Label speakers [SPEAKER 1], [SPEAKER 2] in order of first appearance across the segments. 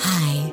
[SPEAKER 1] Hi,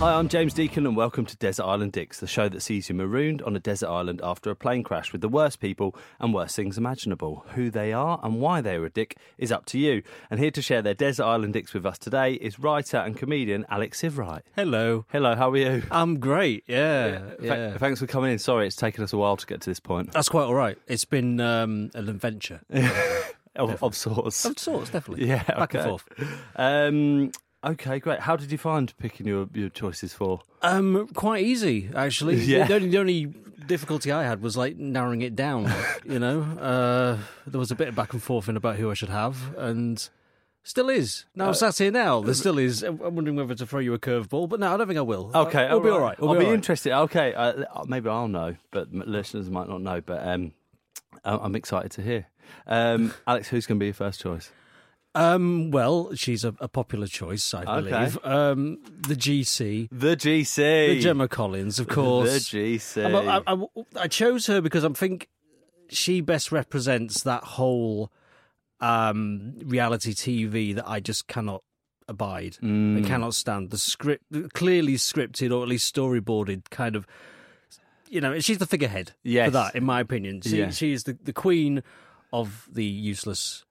[SPEAKER 2] Hi, I'm James Deacon, and welcome to Desert Island Dicks, the show that sees you marooned on a desert island after a plane crash with the worst people and worst things imaginable. Who they are and why they are a dick is up to you. And here to share their Desert Island Dicks with us today is writer and comedian Alex Sivright.
[SPEAKER 3] Hello.
[SPEAKER 2] Hello, how are you?
[SPEAKER 3] I'm great. Yeah.
[SPEAKER 2] Th-
[SPEAKER 3] Yeah.
[SPEAKER 2] Thanks for coming in. Sorry, it's taken us a while to get to this point
[SPEAKER 3] That's quite all right. It's been um, an adventure
[SPEAKER 2] of, of sorts.
[SPEAKER 3] of sorts, definitely.
[SPEAKER 2] Yeah,
[SPEAKER 3] Back and
[SPEAKER 2] okay.
[SPEAKER 3] forth.
[SPEAKER 2] Um, okay, great. How did you find picking your, your choices for?
[SPEAKER 3] Um, quite easy actually.
[SPEAKER 2] Yeah.
[SPEAKER 3] The, only, the only difficulty I had was like narrowing it down. you know, uh, there was a bit of back and forth in about who I should have, and still is. Now
[SPEAKER 2] Uh,
[SPEAKER 3] I'm sat here now. There still is. I'm wondering whether to throw you a curveball, but no, I don't think I will. Uh,
[SPEAKER 2] Okay,
[SPEAKER 3] we'll be all right. We'll
[SPEAKER 2] I'll be,
[SPEAKER 3] all right.
[SPEAKER 2] interested. Okay, uh, maybe I'll know, but m- listeners might not know. But um, I- I'm excited to hear. Um, Alex, who's going to be your first choice?
[SPEAKER 3] Um, well, she's a, a popular choice, I
[SPEAKER 2] Okay.
[SPEAKER 3] believe. Um, the GC,
[SPEAKER 2] The GC.
[SPEAKER 3] the Gemma Collins, of course.
[SPEAKER 2] The GC.
[SPEAKER 3] I'm- I, I- I chose her because I think she best represents that whole um, reality TV that I just cannot abide.
[SPEAKER 2] Mm.
[SPEAKER 3] I cannot stand the script, clearly scripted or at least storyboarded kind of. You know, she's the figurehead
[SPEAKER 2] Yes.
[SPEAKER 3] for that, in my opinion. She,
[SPEAKER 2] Yeah.
[SPEAKER 3] she is the, the queen of the useless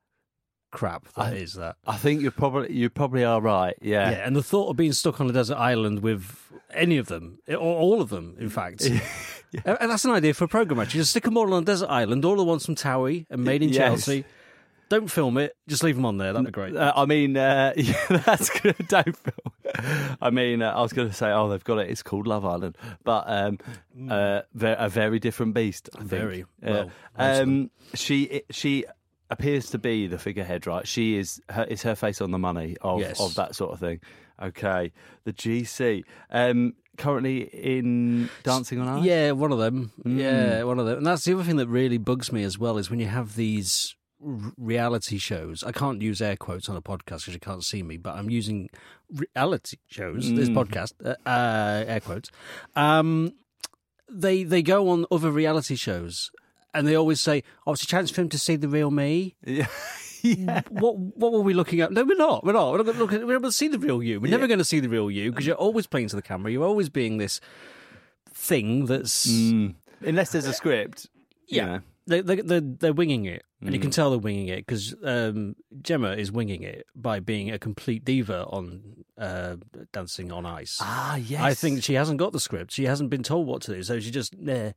[SPEAKER 3] crap that is that.
[SPEAKER 2] I think you probably you probably are right. Yeah.
[SPEAKER 3] Yeah, and the thought of being stuck on a desert island with any of them, or all of them, in fact. And- And that's an idea for a program, actually. Just stick them all on a desert island, all the ones from Towie and made in
[SPEAKER 2] Yes.
[SPEAKER 3] Chelsea. Don't film it, just leave them on there. That'd be great.
[SPEAKER 2] Uh, I mean, uh, yeah, that's good. Don't feel. I mean, uh, I was going to say, oh, they've got it. It's called Love Island, but um, uh, they're a very different beast. I think.
[SPEAKER 3] Very.
[SPEAKER 2] Uh,
[SPEAKER 3] Well, most of
[SPEAKER 2] um, she she appears to be the figurehead, right? She is. Her, it's her face on the money of
[SPEAKER 3] Yes.
[SPEAKER 2] of that sort of thing. Okay, the GC um, currently in Dancing on Ice.
[SPEAKER 3] Yeah, one of them. Yeah, one of them. And that's the other thing that really bugs me as well is when you have these r- reality shows. I can't use air quotes on a podcast because you can't see me, but I'm using reality shows. This podcast, uh, uh, air quotes. Um, they they go on other reality shows. And they always say, "Oh, it's a chance for him to see the real me."
[SPEAKER 2] Yeah.
[SPEAKER 3] What What were we looking at? No, we're not. We're not. We're not going to look at. We're able to see the real you. We're never going to see the real you because you're always playing to the camera. You're always being this thing that's
[SPEAKER 2] Hmm. Unless there's a script. you know. Mm.
[SPEAKER 3] they, they, they're, they're winging it, and you can tell they're winging it because um, Gemma is winging it by being a complete diva on uh, Dancing on Ice.
[SPEAKER 2] Ah, yes.
[SPEAKER 3] I think she hasn't got the script. She hasn't been told what to do, so she just, meh,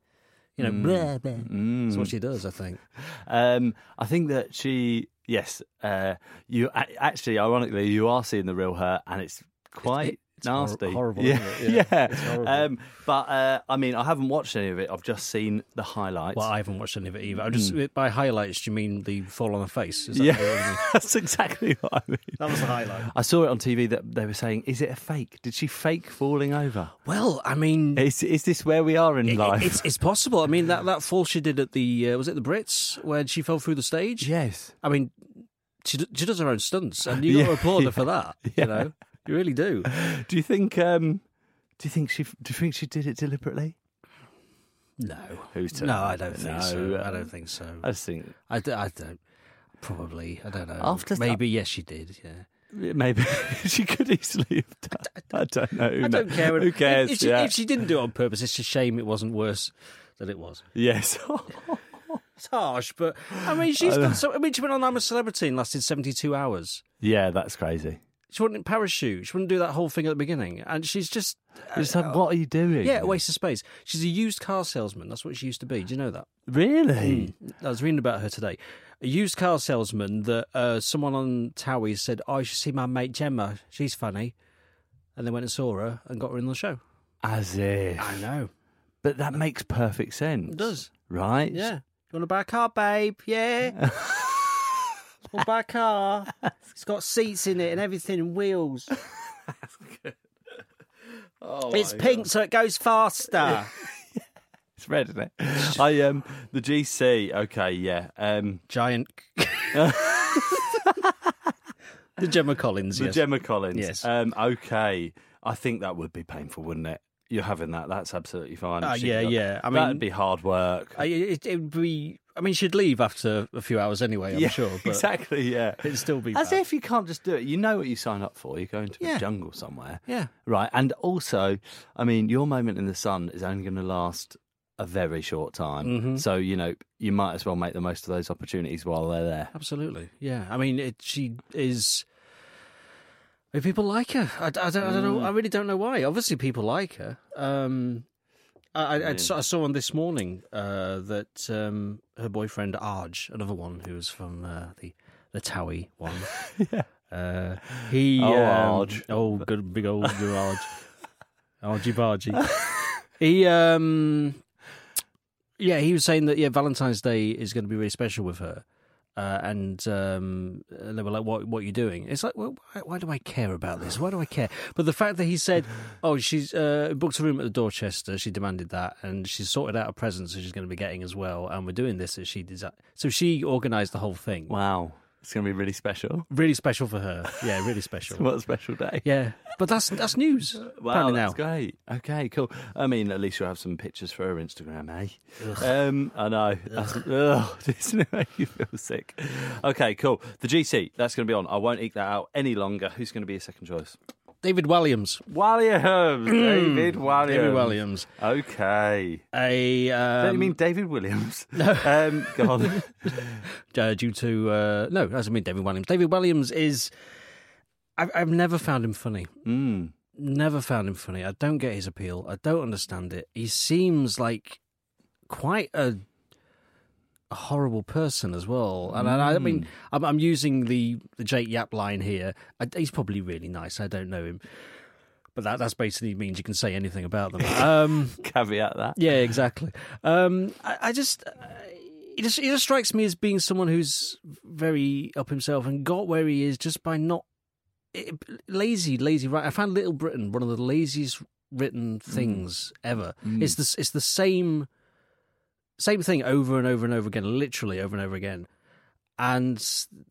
[SPEAKER 3] you
[SPEAKER 2] Mm.
[SPEAKER 3] know, bleh, bleh. That's what she does. I think.
[SPEAKER 2] Um, I think that she, yes, uh, you a- actually, ironically, you are seeing the real her, and it's quite
[SPEAKER 3] it's hor-
[SPEAKER 2] nasty,
[SPEAKER 3] horrible,
[SPEAKER 2] Yeah,
[SPEAKER 3] isn't it? Yeah,
[SPEAKER 2] yeah.
[SPEAKER 3] it's horrible.
[SPEAKER 2] Um, but uh, I mean, I haven't watched any of it. I've just seen the highlights.
[SPEAKER 3] Well, I haven't watched any of it either. I'm just by highlights. Do you mean the fall on the face? Is that what you mean?
[SPEAKER 2] Mm. yeah, that's exactly what I mean.
[SPEAKER 3] that was the highlight.
[SPEAKER 2] I saw it on TV that they were saying, "Is it a fake? Did she fake falling over?
[SPEAKER 3] Well, I mean,
[SPEAKER 2] Is is this where we are in
[SPEAKER 3] It-
[SPEAKER 2] life?"
[SPEAKER 3] It's, it's possible. I mean, that, that fall she did at the uh, was it the Brits when she fell through the stage?
[SPEAKER 2] yes.
[SPEAKER 3] I mean, she d- she does her own stunts, and you got to
[SPEAKER 2] Yeah,
[SPEAKER 3] applaud her for that.
[SPEAKER 2] yeah.
[SPEAKER 3] You know, you really do.
[SPEAKER 2] Do you think? Um, do you think she? Do you think she did it deliberately?
[SPEAKER 3] No,
[SPEAKER 2] Who's to-
[SPEAKER 3] no, I don't think
[SPEAKER 2] No,
[SPEAKER 3] so. I
[SPEAKER 2] um,
[SPEAKER 3] don't think so.
[SPEAKER 2] I just think
[SPEAKER 3] I, d- I don't. Probably, I don't know.
[SPEAKER 2] After
[SPEAKER 3] After
[SPEAKER 2] that-
[SPEAKER 3] maybe yes, she did. Yeah,
[SPEAKER 2] Maybe she could easily have done. I don't know. Who
[SPEAKER 3] I don't
[SPEAKER 2] kno-
[SPEAKER 3] care.
[SPEAKER 2] Who cares?
[SPEAKER 3] If she,
[SPEAKER 2] yeah.
[SPEAKER 3] if she didn't do it on purpose, it's a shame it wasn't worse than it was.
[SPEAKER 2] Yes.
[SPEAKER 3] It's harsh, but I mean, she's got so. I mean, she went on I'm a Celebrity and lasted 72 hours.
[SPEAKER 2] yeah, that's crazy.
[SPEAKER 3] She wouldn't parachute. She wouldn't do that whole thing at the beginning. And she's just,
[SPEAKER 2] It's like, what are you doing?
[SPEAKER 3] Uh, yeah, a waste of space. She's a used car salesman. That's what she used to be. Do you know that?
[SPEAKER 2] Really?
[SPEAKER 3] I was reading about her today. A used car salesman that uh, someone on Towie said, oh, you should see my mate Gemma. She's funny. And they went and saw her and got her in the show.
[SPEAKER 2] As if.
[SPEAKER 3] know.
[SPEAKER 2] But that makes perfect sense.
[SPEAKER 3] It does.
[SPEAKER 2] Right?
[SPEAKER 3] Yeah. You want to buy a car, babe? Yeah. we'll buy a car. It's got seats in it and everything and wheels. it's pink, so it goes faster.
[SPEAKER 2] It's red, isn't it? I um the GC. Okay, yeah. Um,
[SPEAKER 3] Giant. the Gemma Collins.
[SPEAKER 2] the
[SPEAKER 3] yes.
[SPEAKER 2] Gemma Collins.
[SPEAKER 3] Yes.
[SPEAKER 2] Um, okay. I think that would be painful, wouldn't it? You're having that. That's absolutely fine.
[SPEAKER 3] Oh,
[SPEAKER 2] She's
[SPEAKER 3] yeah,
[SPEAKER 2] got-
[SPEAKER 3] yeah. I mean-
[SPEAKER 2] that'd be hard work.
[SPEAKER 3] I, it, it would be. I mean, she'd leave after a few hours anyway. I'm
[SPEAKER 2] yeah,
[SPEAKER 3] sure. But
[SPEAKER 2] exactly. Yeah.
[SPEAKER 3] It'd still be.
[SPEAKER 2] As
[SPEAKER 3] bad.
[SPEAKER 2] if you can't just do it. You know what you sign up for. You're going to
[SPEAKER 3] Yeah.
[SPEAKER 2] a jungle somewhere.
[SPEAKER 3] Yeah.
[SPEAKER 2] Right. And also, I mean, your moment in the sun is only going to last a very short time. So, you know, you might as well make the most of those opportunities while they're there.
[SPEAKER 3] Absolutely. Yeah. I mean, it, she is. I mean, people like her. I, I don't, I don't
[SPEAKER 2] Mm.
[SPEAKER 3] know. I really don't know why. Obviously, people like her. Um, I, I, I saw I saw on this morning uh, that um, her boyfriend Arj, another one who was from uh, the the Towie one. yeah. Uh, he.
[SPEAKER 2] Oh,
[SPEAKER 3] um,
[SPEAKER 2] Arj.
[SPEAKER 3] Oh, good big old Arj. Argy bargy. he. Um, yeah, he was saying that yeah, Valentine's Day is going to be really special with her, uh, and um, and they were like, "What what are you doing?" It's like, well, why, why do I care about this? Why do I care? But the fact that he said, "Oh, she's uh, booked a room at the Dorchester," she demanded that, and she's sorted out a present, so she's going to be getting as well, and we're doing this as she desi So she organised the whole thing.
[SPEAKER 2] Wow. It's going to be really special.
[SPEAKER 3] Really special for her. Yeah, really special.
[SPEAKER 2] What a special day.
[SPEAKER 3] yeah, but that's that's news.
[SPEAKER 2] Wow,
[SPEAKER 3] apparently
[SPEAKER 2] that's
[SPEAKER 3] now.
[SPEAKER 2] great. Okay, cool. I mean, at least you'll have some pictures for her Instagram, eh? Um, I know. That's, ugh, doesn't it make you feel sick? Okay, cool. The GC, that's going to be on. I won't eke that out any longer. Who's going to be a second choice?
[SPEAKER 3] David Walliams.
[SPEAKER 2] Williams. David Williams.
[SPEAKER 3] David Walliams.
[SPEAKER 2] Okay.
[SPEAKER 3] A um,
[SPEAKER 2] Don't you mean David Williams? um, go on.
[SPEAKER 3] uh, due to uh, no, that's I mean David Williams. David Williams is I've, I've never found him funny.
[SPEAKER 2] Mm.
[SPEAKER 3] Never found him funny. I don't get his appeal. I don't understand it. He seems like quite a, a horrible person as well. And I, I mean, I'm, I'm using the, the Jake Yap line here. I, he's probably really nice. I don't know him. But that that's basically means you can say anything about them. Um,
[SPEAKER 2] Caveat that.
[SPEAKER 3] yeah, exactly. Um, I, I just, uh, he just, he just strikes me as being someone who's very up himself and got where he is just by not it, lazy, lazy. Right, I found Little Britain one of the laziest written things ever. It's the it's the same same thing over and over and over again, literally over and over again. And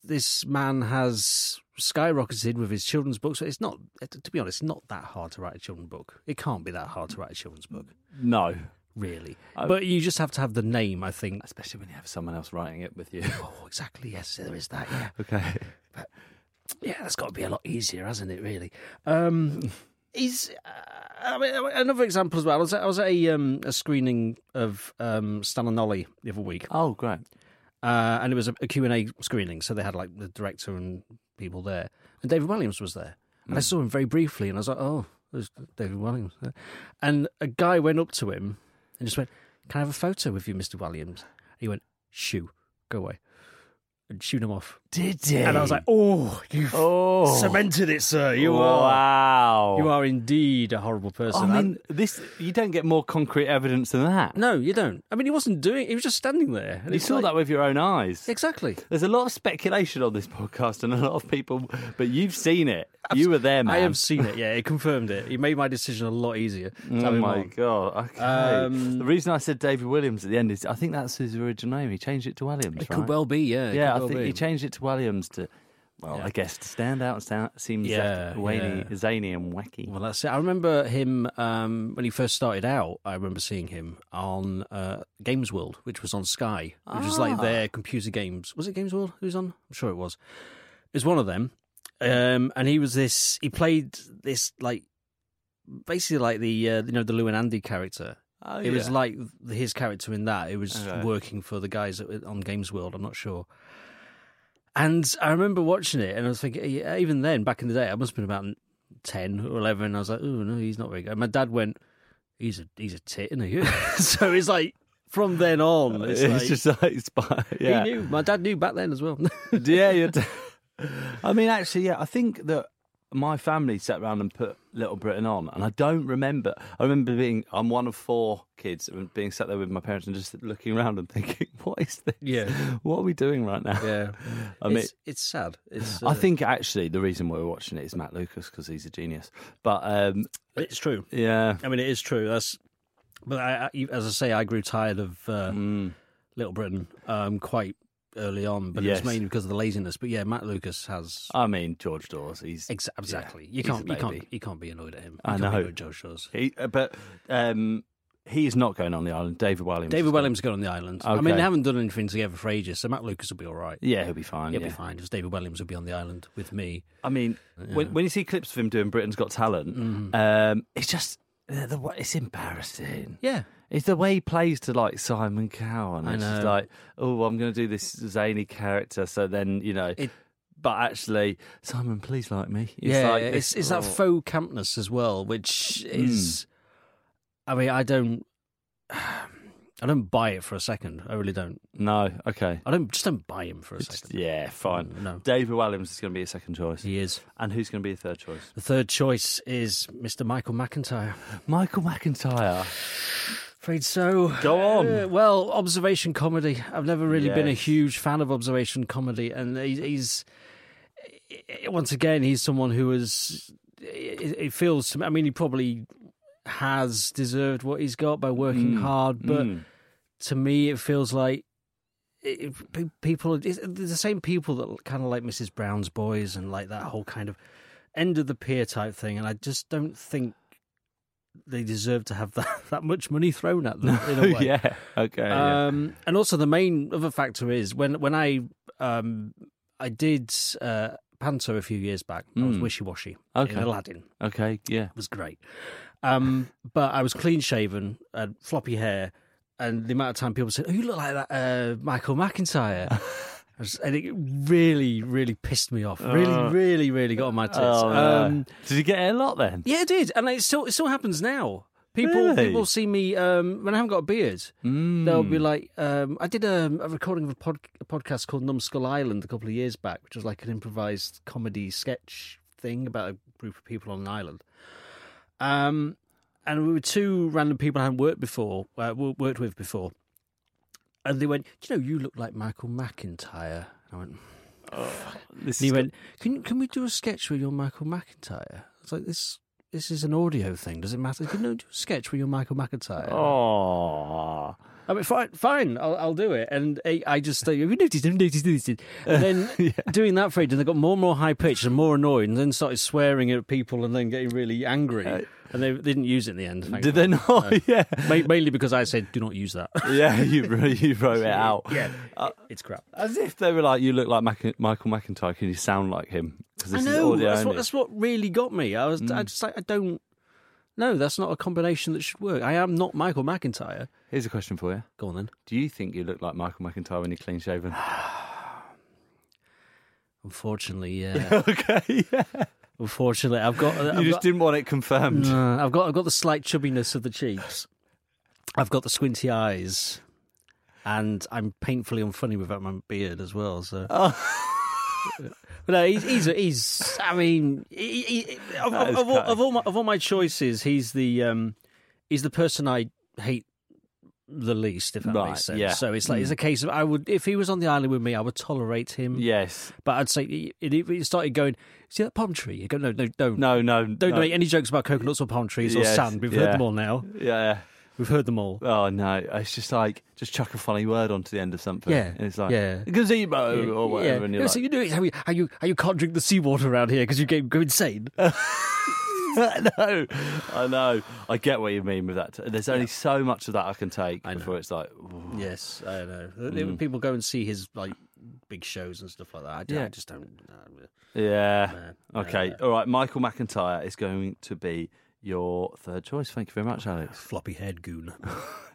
[SPEAKER 3] this man has skyrocketed with his children's books. It's not, to be honest, not that hard to write a children's book. It can't be that hard to write a children's book
[SPEAKER 2] No.
[SPEAKER 3] really. but you just have to have the name, I think.
[SPEAKER 2] Especially when you have someone else writing it with you.
[SPEAKER 3] Oh, exactly. Yes, there is that. Yeah,
[SPEAKER 2] okay.
[SPEAKER 3] yeah. That's got to be a lot easier, hasn't it? Really. Um, he's. Uh, I mean, another example as well. I was, at- I was at a, um, a screening of um, Stan and Ollie the other week,
[SPEAKER 2] Oh, great.
[SPEAKER 3] uh, and it was a, a Q and A screening. So they had like the director and people there, and David Williams was there, and
[SPEAKER 2] Mm.
[SPEAKER 3] I saw him very briefly, and I was like, oh, there's David Williams, there. and a guy went up to him and just went, "Can I have a photo with you, Mister Williams?" he went, "Shoo, go away," and shooed him off.
[SPEAKER 2] Did he?
[SPEAKER 3] And I was like, "Oh, you've
[SPEAKER 2] oh.
[SPEAKER 3] cemented it, sir. You are,
[SPEAKER 2] wow.
[SPEAKER 3] you are indeed a horrible person."
[SPEAKER 2] I mean, this you don't get more concrete evidence than that.
[SPEAKER 3] no, you don't. I mean, he wasn't doing. He was just standing there. And
[SPEAKER 2] you
[SPEAKER 3] it's
[SPEAKER 2] saw
[SPEAKER 3] like-
[SPEAKER 2] that with your own eyes.
[SPEAKER 3] exactly.
[SPEAKER 2] There's a lot of speculation on this podcast and a lot of people, but you've seen it. You were there, man.
[SPEAKER 3] I have seen it. Yeah, it confirmed it. It made my decision a lot easier. to have
[SPEAKER 2] Oh
[SPEAKER 3] him
[SPEAKER 2] my
[SPEAKER 3] on.
[SPEAKER 2] god! Okay.
[SPEAKER 3] Um,
[SPEAKER 2] the reason I said David Williams at the end is I think that's his original name. He changed it to Williams.
[SPEAKER 3] It
[SPEAKER 2] right?
[SPEAKER 3] could well be. Yeah. it
[SPEAKER 2] yeah,
[SPEAKER 3] could
[SPEAKER 2] I
[SPEAKER 3] well
[SPEAKER 2] think
[SPEAKER 3] be.
[SPEAKER 2] he changed it to Williams to, well, I guess to stand out. Sound, seems
[SPEAKER 3] Yeah,
[SPEAKER 2] zany,
[SPEAKER 3] yeah.
[SPEAKER 2] zany and wacky.
[SPEAKER 3] Well, that's it. I remember him um, when he first started out. I remember seeing him on uh, Games World, which was on Sky, Ah. which was like their computer games. Was it Games World? Who's on? I'm sure it was. It was one of them. Um, and he was this. He played this like basically like the uh, you know the Lou and Andy character.
[SPEAKER 2] Oh,
[SPEAKER 3] it was
[SPEAKER 2] yeah.
[SPEAKER 3] like his character in that. It was
[SPEAKER 2] Okay.
[SPEAKER 3] working for the guys that were on Games World. I'm not sure. And I remember watching it, and I was thinking, eh, yeah, even then, back in the day, I must have been about ten or eleven. I was like, oh no, he's not very good. And my dad went, he's a he's a tit, isn't he? so it's like from then on, it's,
[SPEAKER 2] It's,
[SPEAKER 3] like-
[SPEAKER 2] just like it's, by- yeah,
[SPEAKER 3] he knew. My dad knew back then as well.
[SPEAKER 2] yeah. You're d- I mean, actually, yeah. I think that my family sat around and put Little Britain on, and I don't remember. I remember being I'm one of four kids and being sat there with my parents and just looking around and thinking, what is this?
[SPEAKER 3] Yeah.
[SPEAKER 2] what are we doing right now?
[SPEAKER 3] yeah,
[SPEAKER 2] I mean,
[SPEAKER 3] it's, it's sad. It's uh,
[SPEAKER 2] I think actually the reason we're watching it is Matt Lucas because he's a genius. But um,
[SPEAKER 3] it's true.
[SPEAKER 2] yeah,
[SPEAKER 3] I mean, it is true. That's, but I, I, as I say, I grew tired of uh,
[SPEAKER 2] Mm.
[SPEAKER 3] Little Britain um, quite early on, but
[SPEAKER 2] Yes.
[SPEAKER 3] it's mainly because of the laziness. But yeah, Matt Lucas has
[SPEAKER 2] I mean George Dawes, he's
[SPEAKER 3] ex- exactly.
[SPEAKER 2] yeah,
[SPEAKER 3] you
[SPEAKER 2] he's a
[SPEAKER 3] can't, you can't,
[SPEAKER 2] baby.
[SPEAKER 3] you can't be annoyed at him. You
[SPEAKER 2] I
[SPEAKER 3] can't be
[SPEAKER 2] know.
[SPEAKER 3] annoyed at Joe Shaw's.
[SPEAKER 2] He, uh, but um, he's not going on the island. David Williams.
[SPEAKER 3] David
[SPEAKER 2] is
[SPEAKER 3] Wellham's gone on the island. I
[SPEAKER 2] Okay.
[SPEAKER 3] mean, they haven't done anything together for ages, so Matt Lucas will be all right.
[SPEAKER 2] going. Yeah, he'll be fine.
[SPEAKER 3] He'll
[SPEAKER 2] yeah.
[SPEAKER 3] be fine because David Wellham's will be on the island with me.
[SPEAKER 2] I mean, when, when you see clips of him doing Britain's Got Talent, um, it's just uh, the, wa- it's embarrassing.
[SPEAKER 3] Yeah,
[SPEAKER 2] It's the way he plays to like Simon Cowell.
[SPEAKER 3] I
[SPEAKER 2] It's just
[SPEAKER 3] know.
[SPEAKER 2] like, oh, I'm going to do this zany character. So then, you know.
[SPEAKER 3] It-
[SPEAKER 2] but actually, Simon, please like me. It's
[SPEAKER 3] yeah,
[SPEAKER 2] like
[SPEAKER 3] it's,
[SPEAKER 2] this- Mm.
[SPEAKER 3] it's that
[SPEAKER 2] oh.
[SPEAKER 3] faux campness as well, which is, I mean, I don't, I don't buy it for a second. I really don't.
[SPEAKER 2] No, okay.
[SPEAKER 3] I don't just don't buy him for a second.
[SPEAKER 2] Yeah, fine.
[SPEAKER 3] No.
[SPEAKER 2] David Williams is going to be a second choice.
[SPEAKER 3] He is.
[SPEAKER 2] And who's going to be a third choice?
[SPEAKER 3] The third choice is Mr. Michael McIntyre.
[SPEAKER 2] Michael McIntyre.
[SPEAKER 3] Afraid so.
[SPEAKER 2] Go on.
[SPEAKER 3] Uh, well, observation comedy. I've never really been a
[SPEAKER 2] Yes.
[SPEAKER 3] huge fan of observation comedy, and he- he's eh, once again he's someone who has. It it feels to me. I mean, he probably has deserved what he's got by working hard, but
[SPEAKER 2] Mm.
[SPEAKER 3] to me, it feels like. It, pe- people, it's the same people that kind of like Mrs. Brown's Boys and like that whole kind of end of the pier type thing, and I just don't think they deserve to have that, that much money thrown at them in a way.
[SPEAKER 2] yeah. Okay. yeah.
[SPEAKER 3] Um, and also the main other factor is when when I um, I did uh, Panto a few years back. I was wishy washy
[SPEAKER 2] Hmm. Okay.
[SPEAKER 3] in Aladdin.
[SPEAKER 2] Okay. Yeah.
[SPEAKER 3] It was great, um, but I was clean shaven, had floppy hair, and the amount of time people said, "Oh, you look like that uh, Michael McIntyre." I was- And it really, really pissed me off. Really, really, really got on my tits.
[SPEAKER 2] Oh,
[SPEAKER 3] um,
[SPEAKER 2] Did you get it a lot then?
[SPEAKER 3] yeah, it did, and it still it still happens now. People
[SPEAKER 2] Really?
[SPEAKER 3] people see me um, when I haven't got a beard. They'll be like, um, I did a, a recording of a, pod, a podcast called Numbskull Island a couple of years back, which was like an improvised comedy sketch thing about a group of people on an island. Um, and we were two random people I hadn't worked before, uh, wo- worked with before, and they went, "Do you know, you look like Michael McIntyre." And I went,
[SPEAKER 2] This
[SPEAKER 3] and he
[SPEAKER 2] is-
[SPEAKER 3] went, "Can can we do a sketch where you're Michael McIntyre?" It's like this. This is an audio thing. Does it matter? Can you do a sketch where you're Michael McIntyre?
[SPEAKER 2] Oh.
[SPEAKER 3] I mean, fine, fine. I'll, I'll do it. And I, I just think, have you noticed? Have you noticed? Have you noticed? And then doing that for it, and they got more and more high pitched and more annoyed, and then started swearing at people, and then getting really angry. and they didn't use it in the end.
[SPEAKER 2] Uh, Did they not? yeah.
[SPEAKER 3] thankfully. Ma- mainly because I said, "Do not use that."
[SPEAKER 2] Yeah, you, wrote- you wrote it out.
[SPEAKER 3] yeah, it's crap.
[SPEAKER 2] As if they were like, you look like Mac- Michael McIntyre, can you sound like him? Because
[SPEAKER 3] I
[SPEAKER 2] this is
[SPEAKER 3] know.
[SPEAKER 2] audio
[SPEAKER 3] that's, what,
[SPEAKER 2] only.
[SPEAKER 3] that's what really got me. I was
[SPEAKER 2] Mm.
[SPEAKER 3] I just like, I don't. No, that's not a combination that should work. I am not Michael McIntyre.
[SPEAKER 2] Here's a question for you.
[SPEAKER 3] Go on then.
[SPEAKER 2] Do you think you look like Michael McIntyre when you're clean shaven?
[SPEAKER 3] Unfortunately, yeah.
[SPEAKER 2] okay, yeah.
[SPEAKER 3] Unfortunately, I've got. I've
[SPEAKER 2] You just
[SPEAKER 3] got,
[SPEAKER 2] didn't want it confirmed.
[SPEAKER 3] No, Uh, I've got I've got the slight chubbiness of the cheeks. I've got the squinty eyes, and I'm painfully unfunny without my beard as well. So.
[SPEAKER 2] Oh.
[SPEAKER 3] But no, he's, he's, he's I mean, he, he- he- of,
[SPEAKER 2] That is
[SPEAKER 3] of, all,
[SPEAKER 2] kind.
[SPEAKER 3] of all my of all my choices, he's the um, he's the person I hate the least, if that
[SPEAKER 2] Right,
[SPEAKER 3] makes sense.
[SPEAKER 2] yeah. Hmm.
[SPEAKER 3] So it's like it's a case of I would if he was on the island with me, I would tolerate him.
[SPEAKER 2] Yes.
[SPEAKER 3] But I'd say it, it, it started going. See that palm tree? You go, no, no, don't,
[SPEAKER 2] No, no.
[SPEAKER 3] don't
[SPEAKER 2] no.
[SPEAKER 3] make any jokes about coconuts or palm trees
[SPEAKER 2] Yes,
[SPEAKER 3] or sand. We've
[SPEAKER 2] yeah.
[SPEAKER 3] heard them all now.
[SPEAKER 2] Yeah.
[SPEAKER 3] We've heard them all.
[SPEAKER 2] Oh no! It's just like just chuck a funny word onto the end of something.
[SPEAKER 3] Yeah,
[SPEAKER 2] and it's like
[SPEAKER 3] yeah.
[SPEAKER 2] gazebo
[SPEAKER 3] Yeah,
[SPEAKER 2] or whatever,
[SPEAKER 3] yeah.
[SPEAKER 2] and you're
[SPEAKER 3] Yeah, so you know how you how you how you can't drink the seawater around here because you get go insane.
[SPEAKER 2] like, I know, I know, I get what you mean with that. There's only so much of that I can take before it's like, ooh.
[SPEAKER 3] yes, I
[SPEAKER 2] Mm.
[SPEAKER 3] know. People go and see his like big shows and stuff like that. I,
[SPEAKER 2] Yeah.
[SPEAKER 3] just don't.
[SPEAKER 2] Yeah. okay. All right. Michael McIntyre is going to be your third choice. Thank you very much, Alex.
[SPEAKER 3] Floppy haired goon.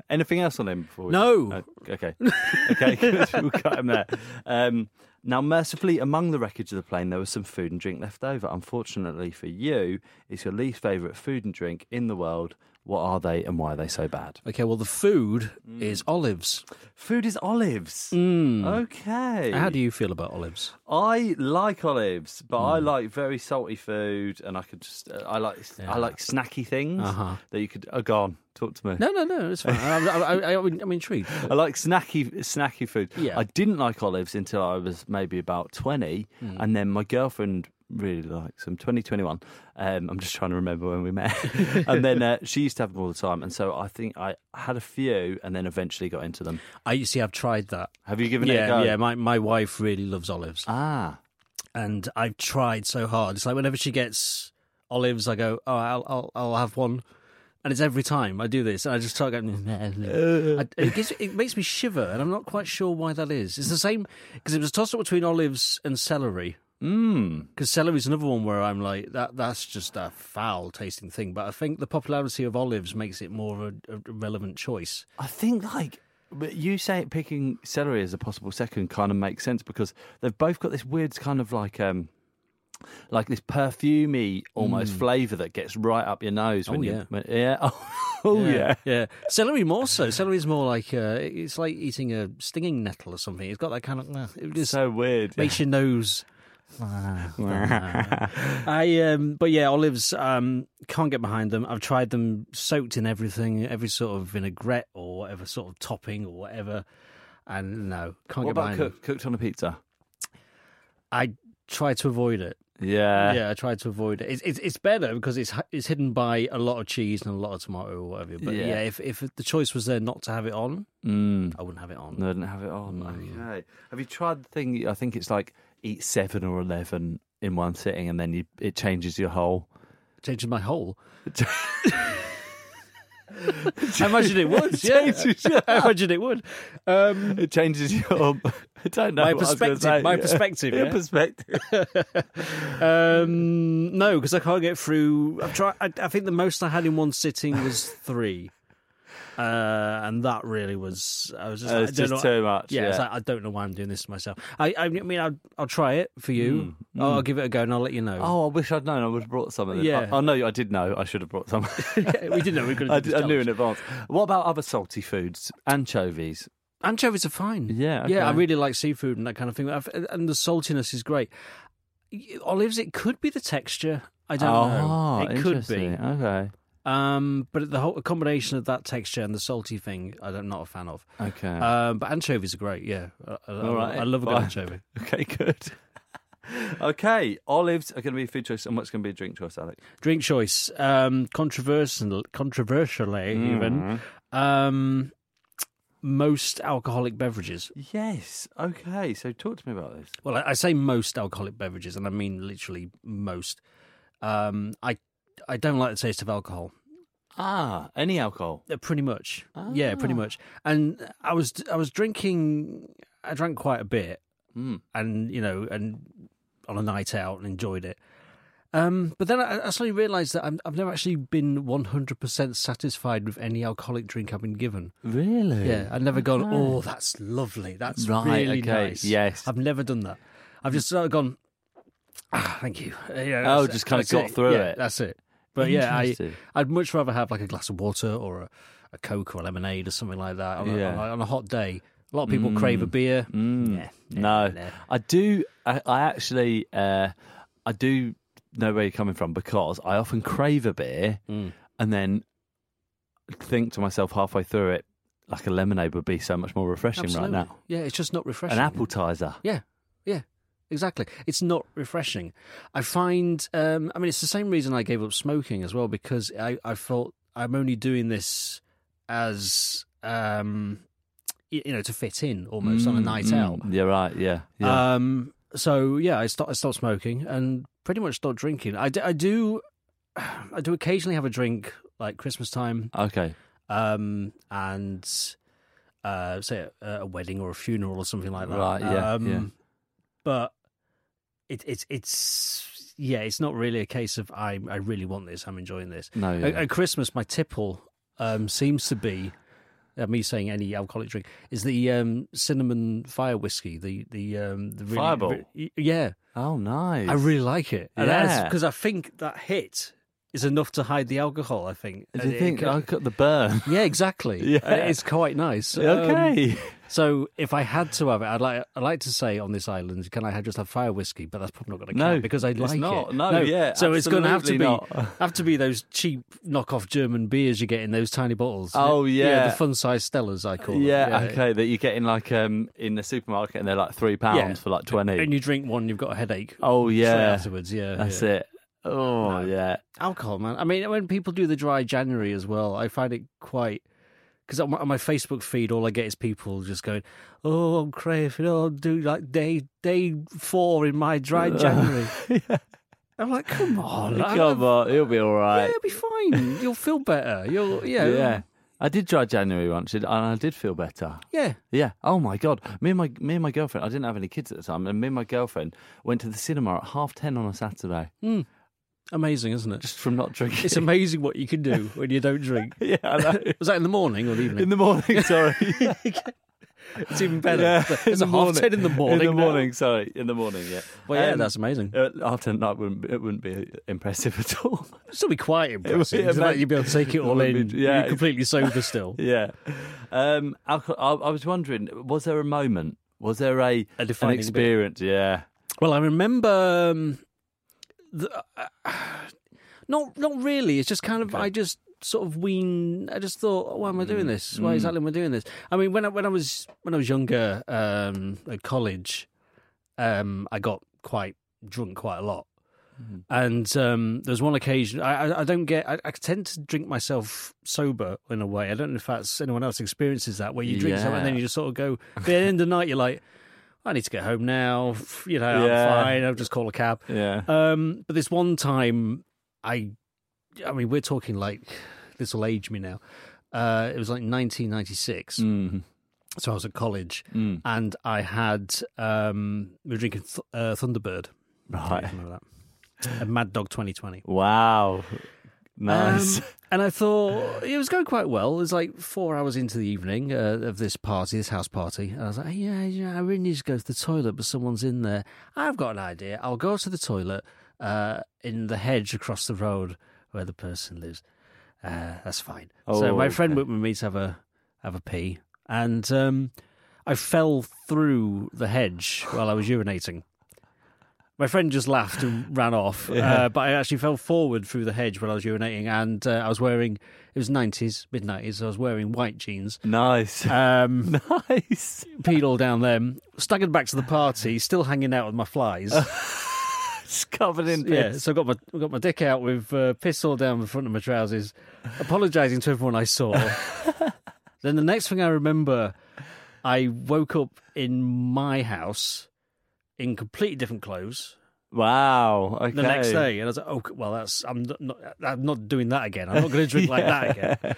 [SPEAKER 2] Anything else on him before we Uh,
[SPEAKER 3] No.
[SPEAKER 2] okay. Okay. good. we'll cut him there. Um, now, mercifully, among the wreckage of the plane, there was some food and drink left over. Unfortunately for you, it's your least favourite food and drink in the world. What are they and why are they so bad?
[SPEAKER 3] Okay, well, the food
[SPEAKER 2] Mm.
[SPEAKER 3] is olives.
[SPEAKER 2] Food is olives. Okay.
[SPEAKER 3] Hmm. How do you feel about olives?
[SPEAKER 2] I like olives, but
[SPEAKER 3] Hmm.
[SPEAKER 2] I like very salty food, and I could just uh, I like I like snacky things
[SPEAKER 3] Uh-huh.
[SPEAKER 2] that you could. Oh, go on, talk to me.
[SPEAKER 3] No, no, no, it's fine. I, I, I, I'm intrigued.
[SPEAKER 2] I like snacky snacky food.
[SPEAKER 3] Yeah.
[SPEAKER 2] I didn't like olives until I was maybe about twenty,
[SPEAKER 3] Hmm.
[SPEAKER 2] and then my girlfriend really likes them. Twenty twenty one. Um, I'm just trying to remember when we met, and then uh, she used to have them all the time, and so I think I had a few, and then eventually got into them.
[SPEAKER 3] I you see. I've tried that.
[SPEAKER 2] Have you given it a
[SPEAKER 3] Yeah,
[SPEAKER 2] go?
[SPEAKER 3] yeah. My my wife really loves olives,
[SPEAKER 2] Ah,
[SPEAKER 3] and I've tried so hard. It's like whenever she gets olives, I go, "Oh, I'll I'll, I'll have one," and it's every time I do this, and I just start going. I, it, gives, it makes me shiver, and I'm not quite sure why that is. It's the same because it was a toss up between olives and celery.
[SPEAKER 2] mmm.
[SPEAKER 3] Because celery's another one where I'm like, that that's just a foul tasting thing. But I think the popularity of olives makes it more of a, a relevant choice.
[SPEAKER 2] I think like but you say picking celery as a possible second kind of makes sense because they've both got this weird kind of like um like this perfumey almost flavour that gets right up your nose when
[SPEAKER 3] Mm. Oh,
[SPEAKER 2] you
[SPEAKER 3] yeah.
[SPEAKER 2] when, yeah oh, oh, yeah.
[SPEAKER 3] yeah. Celery more so. Celery's more like uh, it's like eating a stinging nettle or something. It's got that kind of. it just
[SPEAKER 2] so weird
[SPEAKER 3] makes your nose. Ah, I um, but yeah, olives um, can't get behind them. I've tried them soaked in everything, every sort of vinaigrette or whatever sort of topping or whatever, and no, can't
[SPEAKER 2] what
[SPEAKER 3] get
[SPEAKER 2] about
[SPEAKER 3] behind them.
[SPEAKER 2] cook, cooked on a pizza
[SPEAKER 3] I try to avoid it.
[SPEAKER 2] yeah
[SPEAKER 3] yeah, I try to avoid it. It's, it's it's better because it's hi- it's hidden by a lot of cheese and a lot of tomato or whatever. But
[SPEAKER 2] Yeah.
[SPEAKER 3] yeah, if if the choice was there not to have it on,
[SPEAKER 2] Mm.
[SPEAKER 3] I wouldn't have it on.
[SPEAKER 2] no I didn't have it on
[SPEAKER 3] Oh,
[SPEAKER 2] okay have you tried the thing I think it's like eat seven or eleven in one sitting and then you, it changes your whole
[SPEAKER 3] Changes my whole. I imagine it would. Yeah,
[SPEAKER 2] Changes
[SPEAKER 3] I imagine it would. Um,
[SPEAKER 2] it changes your I don't know
[SPEAKER 3] My
[SPEAKER 2] what I was gonna
[SPEAKER 3] perspective,
[SPEAKER 2] say.
[SPEAKER 3] my
[SPEAKER 2] Yeah.
[SPEAKER 3] perspective,
[SPEAKER 2] Your
[SPEAKER 3] yeah.
[SPEAKER 2] perspective
[SPEAKER 3] um, no, because I can't get through. I've tried. I, I think the most I had in one sitting was three, uh, and that really was. I was just.
[SPEAKER 2] Uh,
[SPEAKER 3] like,
[SPEAKER 2] it's
[SPEAKER 3] I don't
[SPEAKER 2] just
[SPEAKER 3] know-
[SPEAKER 2] too much,
[SPEAKER 3] Yeah, it's
[SPEAKER 2] yeah.
[SPEAKER 3] like, I don't know why I'm doing this to myself. I, I mean, I'll, I'll try it for you. I'll, give it a go, and I'll let you know.
[SPEAKER 2] Hmm. Oh, I wish I'd known. I would have brought some of them.
[SPEAKER 3] Yeah.
[SPEAKER 2] I, I know. I did know. I should have brought some.
[SPEAKER 3] Yeah, we didn't know we were going to.
[SPEAKER 2] I, did- I knew in advance. What about other salty foods? Anchovies.
[SPEAKER 3] Anchovies are fine.
[SPEAKER 2] Yeah,
[SPEAKER 3] yeah. I
[SPEAKER 2] okay.
[SPEAKER 3] really like seafood and that kind of thing, I've- and the saltiness is great. Olives, it could be the texture. I don't know. It could be.
[SPEAKER 2] Ah, interesting. Okay.
[SPEAKER 3] Um, but the whole combination of that texture and the salty thing, I don't- I'm not a fan of.
[SPEAKER 2] Okay.
[SPEAKER 3] Um, but anchovies are great. Yeah, I, I, I-
[SPEAKER 2] right,
[SPEAKER 3] I love a good
[SPEAKER 2] fine.
[SPEAKER 3] anchovy.
[SPEAKER 2] okay. Good. okay. Olives are going to be a food choice, and what's going to be a drink choice, Alex?
[SPEAKER 3] Drink choice, um, controversial, controversially even. Um, most alcoholic beverages.
[SPEAKER 2] Yes. Okay. So talk to me about this.
[SPEAKER 3] Well, I, I say most alcoholic beverages, and I mean literally most. Um, I I don't like the taste of alcohol.
[SPEAKER 2] Ah, any alcohol.
[SPEAKER 3] Uh, Pretty much. Yeah, pretty much. And I was I was drinking. I drank quite a bit, and you know, and on a night out and enjoyed it. Um, but then I, I suddenly realised that I'm, I've never actually been 100% satisfied with any alcoholic drink I've been given.
[SPEAKER 2] Really?
[SPEAKER 3] Yeah, I've never gone, oh, that's lovely. That's
[SPEAKER 2] Right,
[SPEAKER 3] really
[SPEAKER 2] okay,
[SPEAKER 3] nice.
[SPEAKER 2] yes.
[SPEAKER 3] I've never done that. I've just sort of gone, ah, thank you. Uh, yeah,
[SPEAKER 2] Oh,
[SPEAKER 3] that's-
[SPEAKER 2] just kinda
[SPEAKER 3] that's
[SPEAKER 2] got through
[SPEAKER 3] Yeah,
[SPEAKER 2] it.
[SPEAKER 3] That's it. But yeah, I,
[SPEAKER 2] Interesting.
[SPEAKER 3] I'd much rather have like a glass of water or a, a Coke or a lemonade or something like that on,
[SPEAKER 2] Yeah. Mm.
[SPEAKER 3] a, on, a, on a hot day. A lot of people crave a beer. Yeah,
[SPEAKER 2] No, I do. I, I actually, uh, I do know where you're coming from because I often crave a beer and then think to myself halfway through it, like a lemonade would be so much more refreshing
[SPEAKER 3] absolutely.
[SPEAKER 2] right now.
[SPEAKER 3] Yeah, it's just not refreshing.
[SPEAKER 2] An appetizer.
[SPEAKER 3] Yeah, yeah, exactly. It's not refreshing. I find, um, I mean, it's the same reason I gave up smoking as well because I, I felt I'm only doing this as, um, y- you know, to fit in almost on a night out.
[SPEAKER 2] Yeah, right. Yeah. Mm, yeah.
[SPEAKER 3] Um, so yeah, I stopped, I stopped smoking and pretty much stopped drinking. I, d- I do, I do occasionally have a drink like Christmas time,
[SPEAKER 2] okay.
[SPEAKER 3] um, and uh, say a, a wedding or a funeral or something like that.
[SPEAKER 2] Right, yeah,
[SPEAKER 3] Um,
[SPEAKER 2] yeah.
[SPEAKER 3] But it, it's it's yeah, it's not really a case of I I really want this. I'm enjoying this.
[SPEAKER 2] No,
[SPEAKER 3] At-
[SPEAKER 2] yeah.
[SPEAKER 3] At, Christmas, my tipple um, seems to be. Uh, me saying any alcoholic drink is the um, cinnamon fire whiskey. The the um, the really,
[SPEAKER 2] Fireball?
[SPEAKER 3] re- yeah,
[SPEAKER 2] Oh, nice.
[SPEAKER 3] I really like it.
[SPEAKER 2] Yeah.
[SPEAKER 3] because I think that hit is enough to hide the alcohol. I think.
[SPEAKER 2] Do
[SPEAKER 3] Uh,
[SPEAKER 2] you
[SPEAKER 3] it
[SPEAKER 2] think
[SPEAKER 3] c-
[SPEAKER 2] I got the burn?
[SPEAKER 3] yeah, exactly.
[SPEAKER 2] Yeah.
[SPEAKER 3] Uh, it's quite nice. Um,
[SPEAKER 2] okay.
[SPEAKER 3] so if I had to have it, I'd like I'd like to say on this island, can I have- just have fire whiskey? But that's probably not going to
[SPEAKER 2] No,
[SPEAKER 3] count because I
[SPEAKER 2] it's
[SPEAKER 3] like
[SPEAKER 2] not.
[SPEAKER 3] it.
[SPEAKER 2] No, yeah,
[SPEAKER 3] so it's going to have to be
[SPEAKER 2] absolutely not.
[SPEAKER 3] have to be those cheap knockoff German beers you get in those tiny bottles.
[SPEAKER 2] Oh, yeah.
[SPEAKER 3] the fun size Stellas I call
[SPEAKER 2] Yeah,
[SPEAKER 3] them.
[SPEAKER 2] okay. That you get in like um in the supermarket and they're like three pounds for like twenty.
[SPEAKER 3] And you drink one, you've got a headache.
[SPEAKER 2] oh
[SPEAKER 3] straight
[SPEAKER 2] yeah,
[SPEAKER 3] afterwards, yeah,
[SPEAKER 2] that's
[SPEAKER 3] yeah.
[SPEAKER 2] it. Oh yeah,
[SPEAKER 3] alcohol, man. I mean, when people do the dry January as well, I find it quite. Because on, my- on my Facebook feed, all I get is people just going, "Oh, I'm craving. Oh, do like day day four in my dry January." I'm like, "Come on, I-
[SPEAKER 2] come on, "Oh, it'll be all
[SPEAKER 3] yeah,
[SPEAKER 2] right.
[SPEAKER 3] it'll be fine. You'll feel better. You'll yeah,
[SPEAKER 2] yeah. I did dry January once, and I did feel better.
[SPEAKER 3] yeah.
[SPEAKER 2] Yeah. Oh my god. Me and my me and my girlfriend. I didn't have any kids at the time, and me and my girlfriend went to the cinema at half ten on a Saturday
[SPEAKER 3] Amazing, isn't it?
[SPEAKER 2] just from not drinking.
[SPEAKER 3] It's amazing what you can do when you don't drink.
[SPEAKER 2] yeah, I know.
[SPEAKER 3] Was that in the morning or the evening?
[SPEAKER 2] in the morning. Sorry.
[SPEAKER 3] it's even better.
[SPEAKER 2] Yeah, in
[SPEAKER 3] it's
[SPEAKER 2] the
[SPEAKER 3] a half
[SPEAKER 2] morning.
[SPEAKER 3] ten in the morning.
[SPEAKER 2] In the
[SPEAKER 3] now.
[SPEAKER 2] morning. Sorry. In the morning. Yeah.
[SPEAKER 3] Well, yeah,
[SPEAKER 2] Um,
[SPEAKER 3] that's amazing.
[SPEAKER 2] uh, half ten at night wouldn't be, it wouldn't be impressive at all.
[SPEAKER 3] still be quite impressive.
[SPEAKER 2] yeah,
[SPEAKER 3] It's like
[SPEAKER 2] mate.
[SPEAKER 3] you'd be able to take it all
[SPEAKER 2] would
[SPEAKER 3] in.
[SPEAKER 2] be- yeah,
[SPEAKER 3] You're
[SPEAKER 2] it-
[SPEAKER 3] completely sober still.
[SPEAKER 2] yeah. Um, alco- I, I was wondering, was there a moment? Was there a, an
[SPEAKER 3] defining bit.
[SPEAKER 2] experience? Yeah.
[SPEAKER 3] Well, I remember. Um, the, uh, not not really. It's just kind of I just sort of wean. I just thought, why am I doing this? Why exactly am I doing this? I mean, when I, when I was when I was younger um, at college, um, I got quite drunk quite a lot. And um, there's one occasion I, I, I don't get. I, I tend to drink myself sober in a way. I don't know if that's anyone else experiences that, where you drink something and then
[SPEAKER 2] Yeah.
[SPEAKER 3] you just sort of go. At the end of the night, you're like, I need to get home now. You know,
[SPEAKER 2] Yeah.
[SPEAKER 3] I'm fine. I'll just call a cab.
[SPEAKER 2] Yeah.
[SPEAKER 3] Um, but this one time, I, I mean, we're talking like this will age me now. Uh, it was like 1996,
[SPEAKER 2] Mm.
[SPEAKER 3] so I was at college,
[SPEAKER 2] Mm.
[SPEAKER 3] and I had um, we were drinking th- uh, Thunderbird.
[SPEAKER 2] Right.
[SPEAKER 3] I remember that. A Mad Dog 2020.
[SPEAKER 2] Wow. Nice.
[SPEAKER 3] Um, and I thought it was going quite well. It was like four hours into the evening uh, of this party, this house party. And I was like, "Hey, yeah, yeah, I really need to go to the toilet, but someone's in there. I've got an idea. I'll go to the toilet uh, in the hedge across the road where the person lives. Uh, that's fine. so
[SPEAKER 2] Oh,
[SPEAKER 3] my friend
[SPEAKER 2] okay.
[SPEAKER 3] went with me to have a have a pee, and um, I fell through the hedge while I was urinating. My friend just laughed and ran off, uh, but I actually fell forward through the hedge while I was urinating, and uh, I was wearing it was nineties, mid nineties. I was wearing white jeans,
[SPEAKER 2] nice.
[SPEAKER 3] um,
[SPEAKER 2] nice.
[SPEAKER 3] peed all down them, staggered back to the party, still hanging out with my flies.
[SPEAKER 2] It's covered in
[SPEAKER 3] yeah,
[SPEAKER 2] piss.
[SPEAKER 3] so I got my got my dick out with uh, piss all down the front of my trousers, apologising to everyone I saw. then the next thing I remember, I woke up in my house in completely different clothes.
[SPEAKER 2] Wow. Okay.
[SPEAKER 3] the next day, and I was like, "Oh, well, that's I'm not, not I'm not doing that again. I'm not going to drink like that again."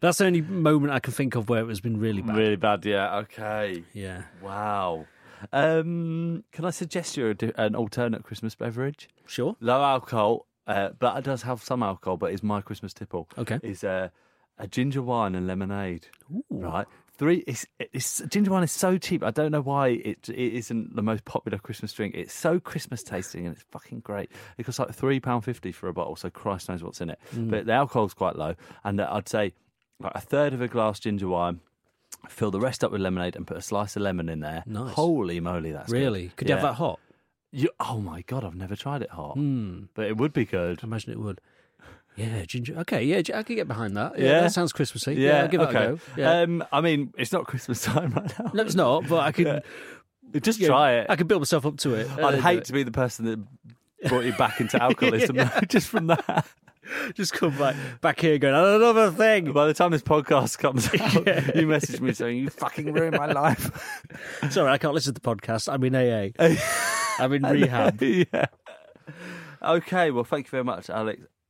[SPEAKER 3] That's the only moment I can think of where it has been really bad.
[SPEAKER 2] Really bad. Yeah. Okay.
[SPEAKER 3] Yeah,
[SPEAKER 2] Wow. Um, can I suggest you a di- an alternate Christmas beverage?
[SPEAKER 3] sure.
[SPEAKER 2] Low alcohol, uh, but it does have some alcohol. But it's my Christmas tipple.
[SPEAKER 3] Okay.
[SPEAKER 2] Is uh, a ginger wine and lemonade. Right. Three. It's, it's ginger wine is so cheap. I don't know why it it isn't the most popular Christmas drink. It's so Christmas tasting and it's fucking great. It costs like three pound fifty for a bottle. So Christ knows what's in it.
[SPEAKER 3] Mm.
[SPEAKER 2] But the alcohol's quite low, and uh, I'd say like a third of a glass ginger wine. Fill the rest up with lemonade and put a slice of lemon in there.
[SPEAKER 3] Nice.
[SPEAKER 2] Holy moly, that's good.
[SPEAKER 3] Really? Could you have
[SPEAKER 2] Yeah.
[SPEAKER 3] that hot?
[SPEAKER 2] You, oh my god, I've never tried it hot,
[SPEAKER 3] Hmm.
[SPEAKER 2] but it would be good.
[SPEAKER 3] I imagine it would. Yeah, ginger. Okay, yeah, I could get behind that. Yeah,
[SPEAKER 2] Yeah?
[SPEAKER 3] that sounds Christmassy. Yeah, I'll give it
[SPEAKER 2] okay.
[SPEAKER 3] a go. Yeah.
[SPEAKER 2] Um, I mean, it's not Christmas time right now.
[SPEAKER 3] no, it's not, but I could
[SPEAKER 2] Just
[SPEAKER 3] you know,
[SPEAKER 2] try it.
[SPEAKER 3] I could build myself up to it.
[SPEAKER 2] I'd
[SPEAKER 3] Uh,
[SPEAKER 2] hate to be the person that brought you back into alcoholism just from that.
[SPEAKER 3] just come back back here going another thing.
[SPEAKER 2] By the time this podcast comes out, you message me saying you fucking ruined my life.
[SPEAKER 3] Sorry, I can't listen to the podcast. I'm in AA. I'm in rehab.
[SPEAKER 2] yeah.
[SPEAKER 3] Mm.
[SPEAKER 2] Okay. Well, thank you very much, Alex.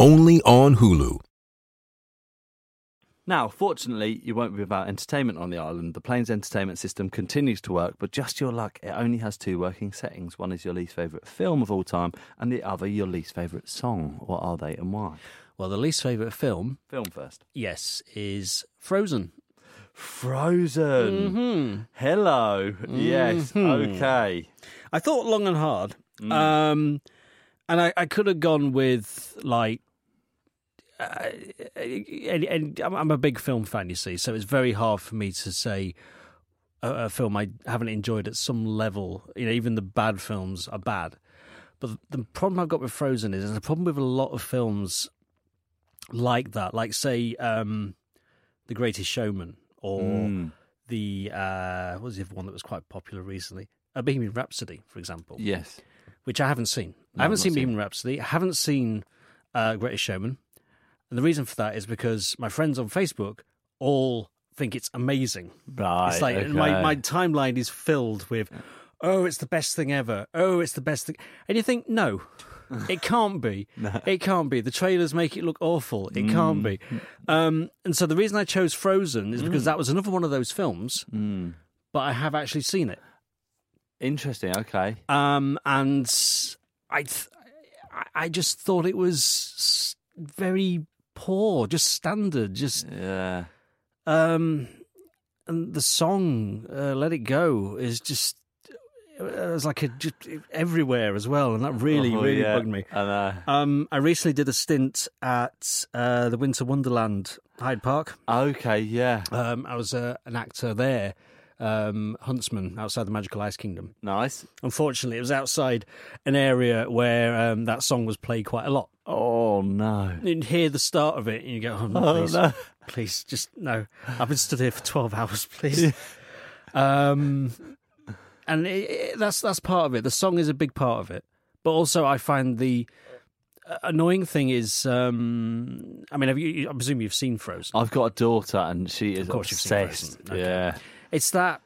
[SPEAKER 4] only on Hulu.
[SPEAKER 2] Now, fortunately, you won't be without entertainment on the island. The plane's entertainment system continues to work, but just your luck, it only has two working settings. One is your least favourite film of all time, and the other, your least favourite song. What are they and why?
[SPEAKER 3] Well, the least favourite film,
[SPEAKER 2] Film first.
[SPEAKER 3] yes, is Frozen.
[SPEAKER 2] Frozen.
[SPEAKER 3] Mm-hmm.
[SPEAKER 2] Hello. Yes. Okay.
[SPEAKER 3] I thought long and hard. Um, and I, I could have gone with like. Uh, and, and I'm- I'm a big film fan, you see, so it's very hard for me to say a, a film I haven't enjoyed at some level. You know, even the bad films are bad. But the problem I've got with Frozen is, and the problem with a lot of films like that, like say um, The Greatest Showman or the uh, what was the other one that was quite popular recently? A Bohemian Rhapsody, for example
[SPEAKER 2] Yes.
[SPEAKER 3] which I haven't seen. I haven't
[SPEAKER 2] I've not
[SPEAKER 3] seen
[SPEAKER 2] seen
[SPEAKER 3] Bohemian Rhapsody. I haven't seen uh, Greatest Showman. And the reason for that is because my friends on Facebook all think it's amazing.
[SPEAKER 2] Right.
[SPEAKER 3] it's like my, my timeline is filled with, oh, it's the best thing ever. Oh, it's the best thing. And you think, no, it can't be. It can't be. The trailers make it look awful.
[SPEAKER 2] Mm.
[SPEAKER 3] It can't be. Um, and so the reason I chose Frozen is
[SPEAKER 2] Mm.
[SPEAKER 3] because that was another one of those films,
[SPEAKER 2] Hmm.
[SPEAKER 3] but I have actually seen it
[SPEAKER 2] Interesting. Okay.
[SPEAKER 3] um, and I, th- I, I just thought it was s- very poor, just standard, just
[SPEAKER 2] Yeah.
[SPEAKER 3] um, and the song uh, "Let It Go" is just uh, it was like a just everywhere as well, and that really,
[SPEAKER 2] Oh,
[SPEAKER 3] really
[SPEAKER 2] yeah.
[SPEAKER 3] bugged me.
[SPEAKER 2] I know.
[SPEAKER 3] Um, I recently did a stint at uh, the Winter Wonderland Hyde Park.
[SPEAKER 2] Okay. Yeah.
[SPEAKER 3] Um, I was uh, an actor there, um, huntsman outside the Magical Ice Kingdom.
[SPEAKER 2] Nice.
[SPEAKER 3] Unfortunately, it was outside an area where um, that song was played quite a lot.
[SPEAKER 2] Oh no.
[SPEAKER 3] You'd hear the start of it and you go, oh, no, please, please, just no. I've been stood here for 12 hours, please. um, and it, it, that's, that's part of it. The song is a big part of it. But also, I find the uh, annoying thing is, um, I mean, have you, I presume you've seen Frozen.
[SPEAKER 2] I've got a daughter, and she is
[SPEAKER 3] course you've seen
[SPEAKER 2] obsessed.
[SPEAKER 3] Frozen. Okay.
[SPEAKER 2] Yeah.
[SPEAKER 3] It's that,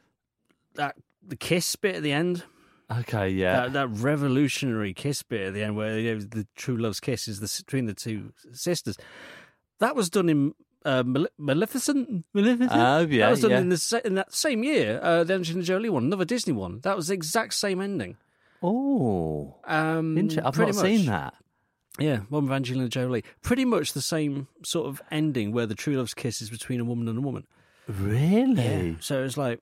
[SPEAKER 3] that the kiss bit at the end.
[SPEAKER 2] Okay. Yeah.
[SPEAKER 3] that, that revolutionary kiss bit at the end, where you know, the true love's kiss is the, s- between the two sisters. That was done in uh, Male- Maleficent. Maleficent.
[SPEAKER 2] Oh, yeah,
[SPEAKER 3] that was done
[SPEAKER 2] yeah.
[SPEAKER 3] in the sa- in that same year. Uh, the Angelina Jolie one, another Disney one. That was the exact same ending.
[SPEAKER 2] oh.
[SPEAKER 3] Um,
[SPEAKER 2] Interesting. I've
[SPEAKER 3] pretty
[SPEAKER 2] not
[SPEAKER 3] much.
[SPEAKER 2] seen that.
[SPEAKER 3] Yeah, one with Angelina Jolie. Pretty much the same sort of ending where the true love's kiss is between a woman and a woman.
[SPEAKER 2] Really?
[SPEAKER 3] So it's like,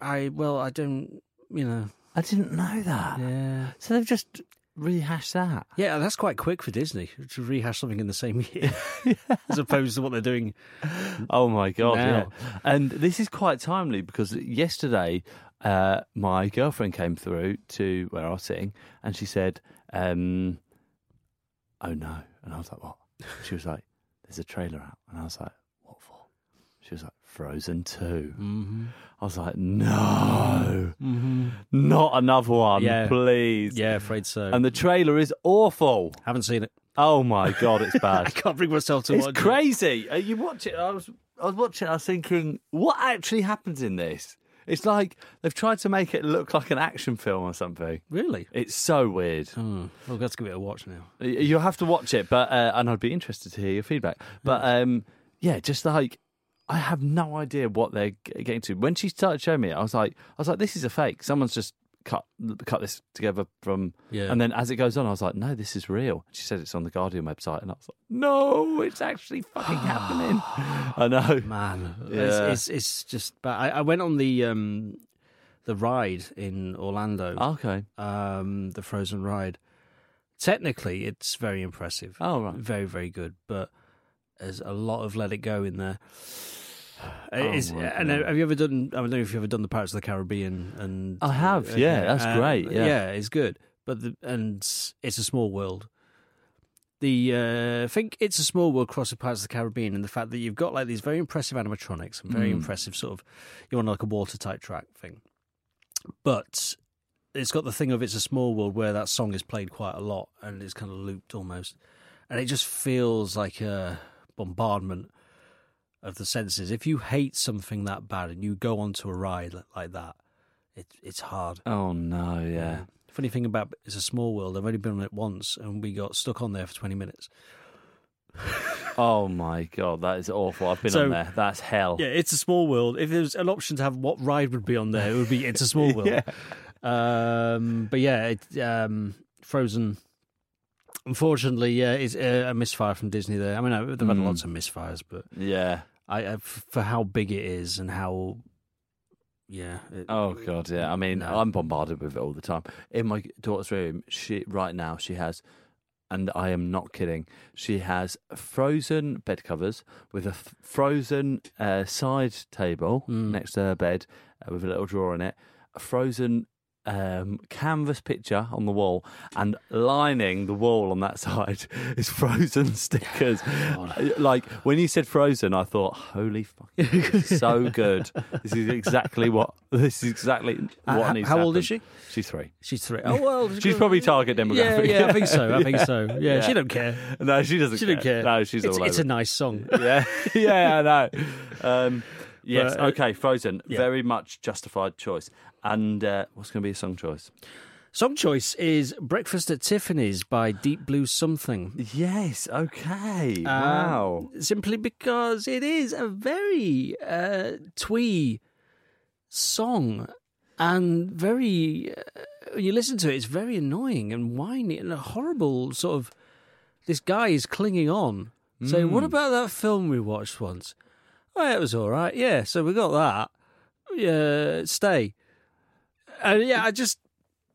[SPEAKER 3] I well, I don't, you know,
[SPEAKER 2] I didn't know that.
[SPEAKER 3] yeah.
[SPEAKER 2] So they've just rehashed that.
[SPEAKER 3] Yeah, that's quite quick for Disney to rehash something in the same year, as opposed to what they're doing.
[SPEAKER 2] Oh my god!
[SPEAKER 3] Now.
[SPEAKER 2] Yeah, and this is quite timely because yesterday uh, my girlfriend came through to where I was sitting, and she said, um, "Oh no!" And I was like, "What?" She was like, "There's a trailer out," and I was like, "What for?" She was like, "Frozen 2.
[SPEAKER 3] Mm-hmm.
[SPEAKER 2] I was like, "No, not another one,
[SPEAKER 3] Yeah.
[SPEAKER 2] please."
[SPEAKER 3] Yeah, afraid so.
[SPEAKER 2] And the trailer is awful.
[SPEAKER 3] haven't seen it.
[SPEAKER 2] Oh my god, it's bad.
[SPEAKER 3] I can't bring myself to
[SPEAKER 2] It's
[SPEAKER 3] watch it.
[SPEAKER 2] crazy. Uh, You watch it. I was, I was watching. it, I was thinking, what actually happens in this? It's like they've tried to make it look like an action film or something.
[SPEAKER 3] Really?
[SPEAKER 2] It's so weird.
[SPEAKER 3] Oh, well, let's give it a watch now.
[SPEAKER 2] Y- You'll have to watch it, but uh, and I'd be interested to hear your feedback. But um, yeah, just like I have no idea what they're g- getting to. When she started showing me, it, I was like, I was like, this is a fake. Someone's just cut cut this together from.
[SPEAKER 3] Yeah.
[SPEAKER 2] And then as it goes on, I was like, no, this is real. She said it's on the Guardian website, and I was like, no, it's actually fucking happening. I know.
[SPEAKER 3] man.
[SPEAKER 2] Yeah.
[SPEAKER 3] It's, it's it's just. But I, I went on the um the ride in Orlando.
[SPEAKER 2] Okay. Ah.
[SPEAKER 3] um, the Frozen ride. Technically, it's very impressive.
[SPEAKER 2] Oh, right.
[SPEAKER 3] very very good. But there's a lot of Let It Go in there. It is-
[SPEAKER 2] Oh my
[SPEAKER 3] and
[SPEAKER 2] God.
[SPEAKER 3] have you ever done? I don't know if you've ever done the Pirates of the Caribbean. And uh,
[SPEAKER 2] I have, yeah, that's great, yeah.
[SPEAKER 3] yeah, it's good. But the, and it's a small world. The uh, I think it's a small world across the Pirates of the Caribbean, and the fact that you've got like these very impressive animatronics and very
[SPEAKER 2] Hmm.
[SPEAKER 3] impressive sort of you're on like a water tight track thing, but it's got the thing of it's a small world where that song is played quite a lot and it's kind of looped almost, and it just feels like a bombardment of the senses. If you hate something that bad and you go onto a ride li- like that, it, it's hard.
[SPEAKER 2] Oh no, yeah.
[SPEAKER 3] Funny thing about it's a small world. I've only been on it once, and we got stuck on there for twenty minutes.
[SPEAKER 2] Oh my god, that is awful. I've been
[SPEAKER 3] So-
[SPEAKER 2] on there. That's hell.
[SPEAKER 3] Yeah, it's a small world. If there was an option to have what ride would be on there, it would be it's a small world. Um, but yeah, it, um, Frozen. Unfortunately, yeah, it's uh, a misfire from Disney there. I mean, I- they've had lots of misfires, but
[SPEAKER 2] Yeah.
[SPEAKER 3] I, I f- for how big it is and how, yeah, it,
[SPEAKER 2] Oh god, yeah. I mean,
[SPEAKER 3] No.
[SPEAKER 2] I'm bombarded with it all the time. In my daughter's room, she right now she has, and I am not kidding. She has frozen bed covers with a f- frozen uh, side table
[SPEAKER 3] Hmm.
[SPEAKER 2] next to her bed uh, with a little drawer in it, a frozen. Um, canvas picture on the wall, and lining the wall on that side is frozen stickers. Uh, like when you said frozen, I thought, "Holy fuck, this is so good! This is exactly what this is exactly
[SPEAKER 3] Uh,
[SPEAKER 2] what
[SPEAKER 3] how-
[SPEAKER 2] needs." to
[SPEAKER 3] how old
[SPEAKER 2] happen.
[SPEAKER 3] is she?
[SPEAKER 2] She's three.
[SPEAKER 3] she's three. Oh well,
[SPEAKER 2] She's probably target
[SPEAKER 3] Yeah,
[SPEAKER 2] demographic.
[SPEAKER 3] yeah, I think so. I think so. Yeah,
[SPEAKER 2] Yeah.
[SPEAKER 3] she don't care.
[SPEAKER 2] No, she doesn't.
[SPEAKER 3] She don't care.
[SPEAKER 2] No, she's
[SPEAKER 3] it's,
[SPEAKER 2] all
[SPEAKER 3] it's
[SPEAKER 2] over.
[SPEAKER 3] a nice song.
[SPEAKER 2] it. yeah, yeah, I know. Um, yes,
[SPEAKER 3] But, uh,
[SPEAKER 2] okay, Frozen,
[SPEAKER 3] yeah.
[SPEAKER 2] very much justified choice. And uh, what's going to be a song choice?
[SPEAKER 3] Song choice is "Breakfast at Tiffany's" by Deep Blue Something.
[SPEAKER 2] Yes, okay,
[SPEAKER 3] Um,
[SPEAKER 2] wow.
[SPEAKER 3] Simply because it is a very uh, twee song and very, uh, when you listen to it, it's very annoying and whiny and a horrible sort of. This guy is clinging on. So, what about that film we watched once? Oh, it was all right. Yeah, so we got that. Yeah, stay. And yeah, I just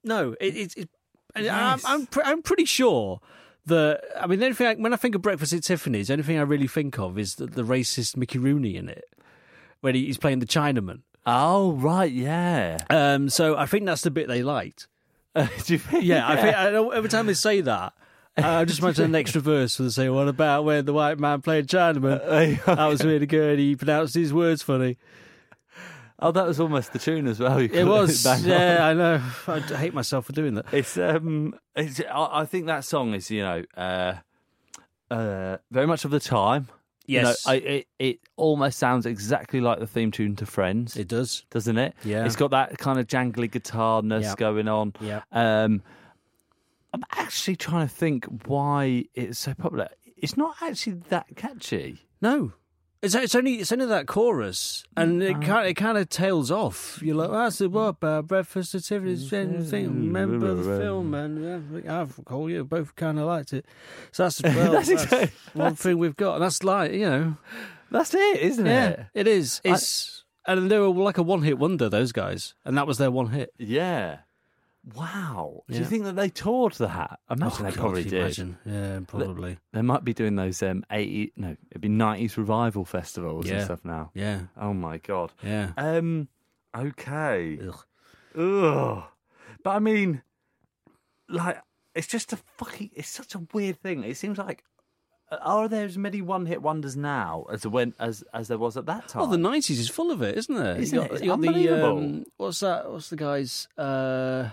[SPEAKER 3] no. It, it, it and I'm I'm, pre- I'm pretty sure that I mean, the only thing I, when I think of Breakfast at Tiffany's, the only thing I really think of is the, the racist Mickey Rooney in it when he, he's playing the Chinaman.
[SPEAKER 2] Oh right, yeah.
[SPEAKER 3] Um, so I think that's the bit they liked.
[SPEAKER 2] Do you think?
[SPEAKER 3] Yeah, I think I know, every time they say that. uh, I just imagine the next verse where they say, "What about when the white man played Chinaman? that was really good. He pronounced his words funny.
[SPEAKER 2] Oh, that was almost the tune as well. You
[SPEAKER 3] It
[SPEAKER 2] called
[SPEAKER 3] was.
[SPEAKER 2] bang on.
[SPEAKER 3] yeah, I know. I d- hate myself for doing that.
[SPEAKER 2] It's um, it's, I, I think that song is you know, uh, uh, very much of the time. You know,
[SPEAKER 3] Yes.
[SPEAKER 2] I, it it almost sounds exactly like the theme tune to Friends,
[SPEAKER 3] It does.
[SPEAKER 2] doesn't it?
[SPEAKER 3] Yeah.
[SPEAKER 2] it's got that kind of jangly guitarness
[SPEAKER 3] Yep.
[SPEAKER 2] going on.
[SPEAKER 3] Yep.
[SPEAKER 2] Um, I'm actually trying to think why it's so popular. It's not actually that catchy.
[SPEAKER 3] No. It's, it's only it's only that chorus, and it kind it kind of tails off. You're like, I said, what about breakfast at Tiffany's? Thing. Remember the film, and I recall you both kind of liked it. So that's, well, that's,
[SPEAKER 2] exact-
[SPEAKER 3] one thing we've got, and that's like you know,
[SPEAKER 2] That's it, isn't it?
[SPEAKER 3] yeah, it is. It's and they were like a one hit wonder those guys, and that was their one hit.
[SPEAKER 2] Yeah. Wow. Do you
[SPEAKER 3] Yeah.
[SPEAKER 2] think that they toured that? Imagine they
[SPEAKER 3] Oh, God,
[SPEAKER 2] probably
[SPEAKER 3] can
[SPEAKER 2] did.
[SPEAKER 3] you imagine? yeah, probably,
[SPEAKER 2] They might be doing those um, 80, no, it'd be 90s revival festivals and
[SPEAKER 3] Yeah.
[SPEAKER 2] stuff now.
[SPEAKER 3] yeah,
[SPEAKER 2] Oh my God.
[SPEAKER 3] yeah.
[SPEAKER 2] Um, okay.
[SPEAKER 3] Ugh.
[SPEAKER 2] Ugh. But I mean, like, it's just a fucking, it's such a weird thing. It seems like, uh, are there as many one hit wonders now as when as as there was at that time?
[SPEAKER 3] Oh, the nineties is full of it, isn't it?
[SPEAKER 2] Isn't it? It's
[SPEAKER 3] The,
[SPEAKER 2] unbelievable.
[SPEAKER 3] um, what's that? What's the guys? Uh,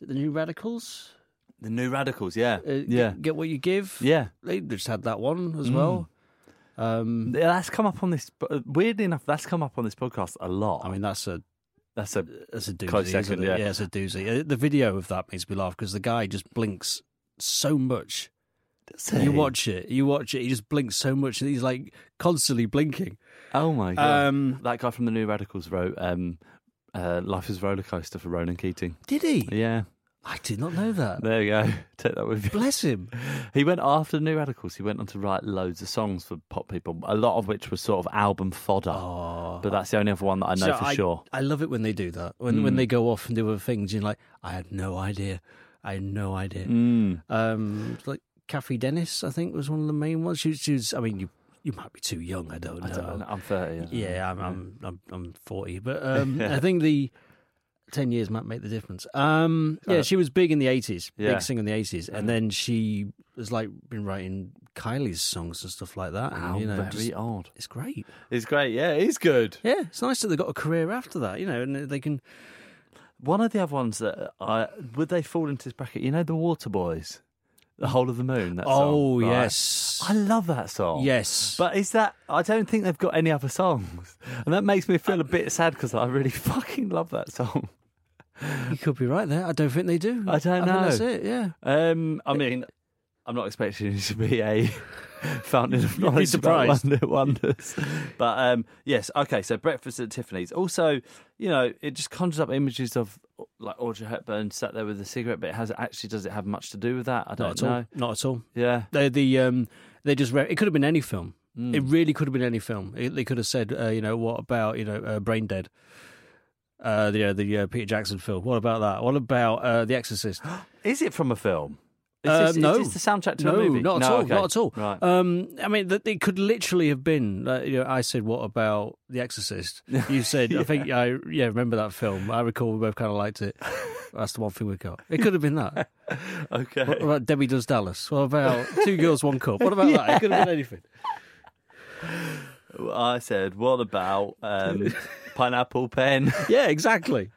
[SPEAKER 3] is it the New Radicals?
[SPEAKER 2] The new radicals, yeah.
[SPEAKER 3] Uh, Get-
[SPEAKER 2] yeah.
[SPEAKER 3] Get, what you give.
[SPEAKER 2] yeah. Mm.
[SPEAKER 3] They just had that one as well. Um,
[SPEAKER 2] Yeah, That's come up on this, uh, weirdly enough, that's come up on this podcast a lot.
[SPEAKER 3] I mean, that's a
[SPEAKER 2] that's a,
[SPEAKER 3] that's a doozy.
[SPEAKER 2] Close
[SPEAKER 3] isn't
[SPEAKER 2] second,
[SPEAKER 3] it?
[SPEAKER 2] yeah.
[SPEAKER 3] yeah, it's a doozy. Uh, The video of that makes me laugh because the guy just blinks so much. You watch it, you watch it. He just blinks so much that he's like constantly blinking.
[SPEAKER 2] Oh my god!
[SPEAKER 3] Um,
[SPEAKER 2] that guy from the New Radicals wrote um, uh, Life is a Roller Coaster for Ronan Keating.
[SPEAKER 3] Did he?
[SPEAKER 2] Yeah,
[SPEAKER 3] I did not know that.
[SPEAKER 2] there you go. Take that with you.
[SPEAKER 3] Bless him.
[SPEAKER 2] He went after the New Radicals. He went on to write loads of songs for pop people, a lot of which was sort of album fodder. But that's the only other one that I know
[SPEAKER 3] So
[SPEAKER 2] for
[SPEAKER 3] I,
[SPEAKER 2] sure. Hmm.
[SPEAKER 3] I love it when they do that. When when they go off and do other things, you're like, I had no idea. I had no idea.
[SPEAKER 2] Hmm.
[SPEAKER 3] Um, it's like Kathy Dennis, I think, was one of the main ones. She, was- she was. I mean, you you might be too young. I don't know.
[SPEAKER 2] I don't know. I'm 30.
[SPEAKER 3] Yeah, I'm I'm I'm, I'm 40, but um, I think the 10 years might make the difference. Um, yeah, she was big in the 80s,
[SPEAKER 2] Uh, Yeah. Uh-huh.
[SPEAKER 3] big singer in the 80s, and then she has like been writing Kylie's songs and stuff like that. and,
[SPEAKER 2] How
[SPEAKER 3] you know,
[SPEAKER 2] very
[SPEAKER 3] just-
[SPEAKER 2] odd.
[SPEAKER 3] it's great.
[SPEAKER 2] It's great. Yeah, it's good.
[SPEAKER 3] Yeah, it's nice that they got a career after that, you know, and they can.
[SPEAKER 2] One of the other ones that I would they fall into this bracket? You know, the Water Boys, the whole of the moon. That
[SPEAKER 3] oh
[SPEAKER 2] song, right?
[SPEAKER 3] yes,
[SPEAKER 2] I love that song.
[SPEAKER 3] yes.
[SPEAKER 2] But is that? I don't think they've got any other songs, and that makes me feel a bit sad because I really fucking love that song.
[SPEAKER 3] you could be right there. I don't think they do.
[SPEAKER 2] I don't
[SPEAKER 3] think that's
[SPEAKER 2] know.
[SPEAKER 3] it. Yeah.
[SPEAKER 2] Um, I mean, I'm not expecting it to be a fountain of
[SPEAKER 3] You'd be
[SPEAKER 2] knowledge about
[SPEAKER 3] surprised.
[SPEAKER 2] wonder wonders, but um, yes, okay. So breakfast at Tiffany's. Also, you know, it just conjures up images of like Audrey Hepburn sat there with a cigarette, but it has actually does it have much to do with that? I
[SPEAKER 3] Not
[SPEAKER 2] don't
[SPEAKER 3] at
[SPEAKER 2] know.
[SPEAKER 3] all. Not at all.
[SPEAKER 2] Yeah.
[SPEAKER 3] They the um they just re- it could have been any film.
[SPEAKER 2] Hmm.
[SPEAKER 3] It really could have been any film. It, they could have said, uh, you know, what about you know, uh, Brain Dead, uh, the uh, the uh, Peter Jackson film. What about that? What about uh, The Exorcist?
[SPEAKER 2] Is it from a film? Is
[SPEAKER 3] Uh,
[SPEAKER 2] this,
[SPEAKER 3] no.
[SPEAKER 2] Is this the soundtrack to
[SPEAKER 3] no,
[SPEAKER 2] a movie?
[SPEAKER 3] not at all.
[SPEAKER 2] okay.
[SPEAKER 3] Not at all.
[SPEAKER 2] Right.
[SPEAKER 3] Um, I mean, that it could literally have been. Uh, you know, I said, "What about The Exorcist?" You said, "I think I yeah remember that film. I recall we both kind of liked it." That's the one thing we got. It could have been that.
[SPEAKER 2] okay.
[SPEAKER 3] What about Debbie Does Dallas? What about Two Girls One Cup? What about that? It could have been anything.
[SPEAKER 2] I said, what about um, pineapple pen?
[SPEAKER 3] Yeah, exactly.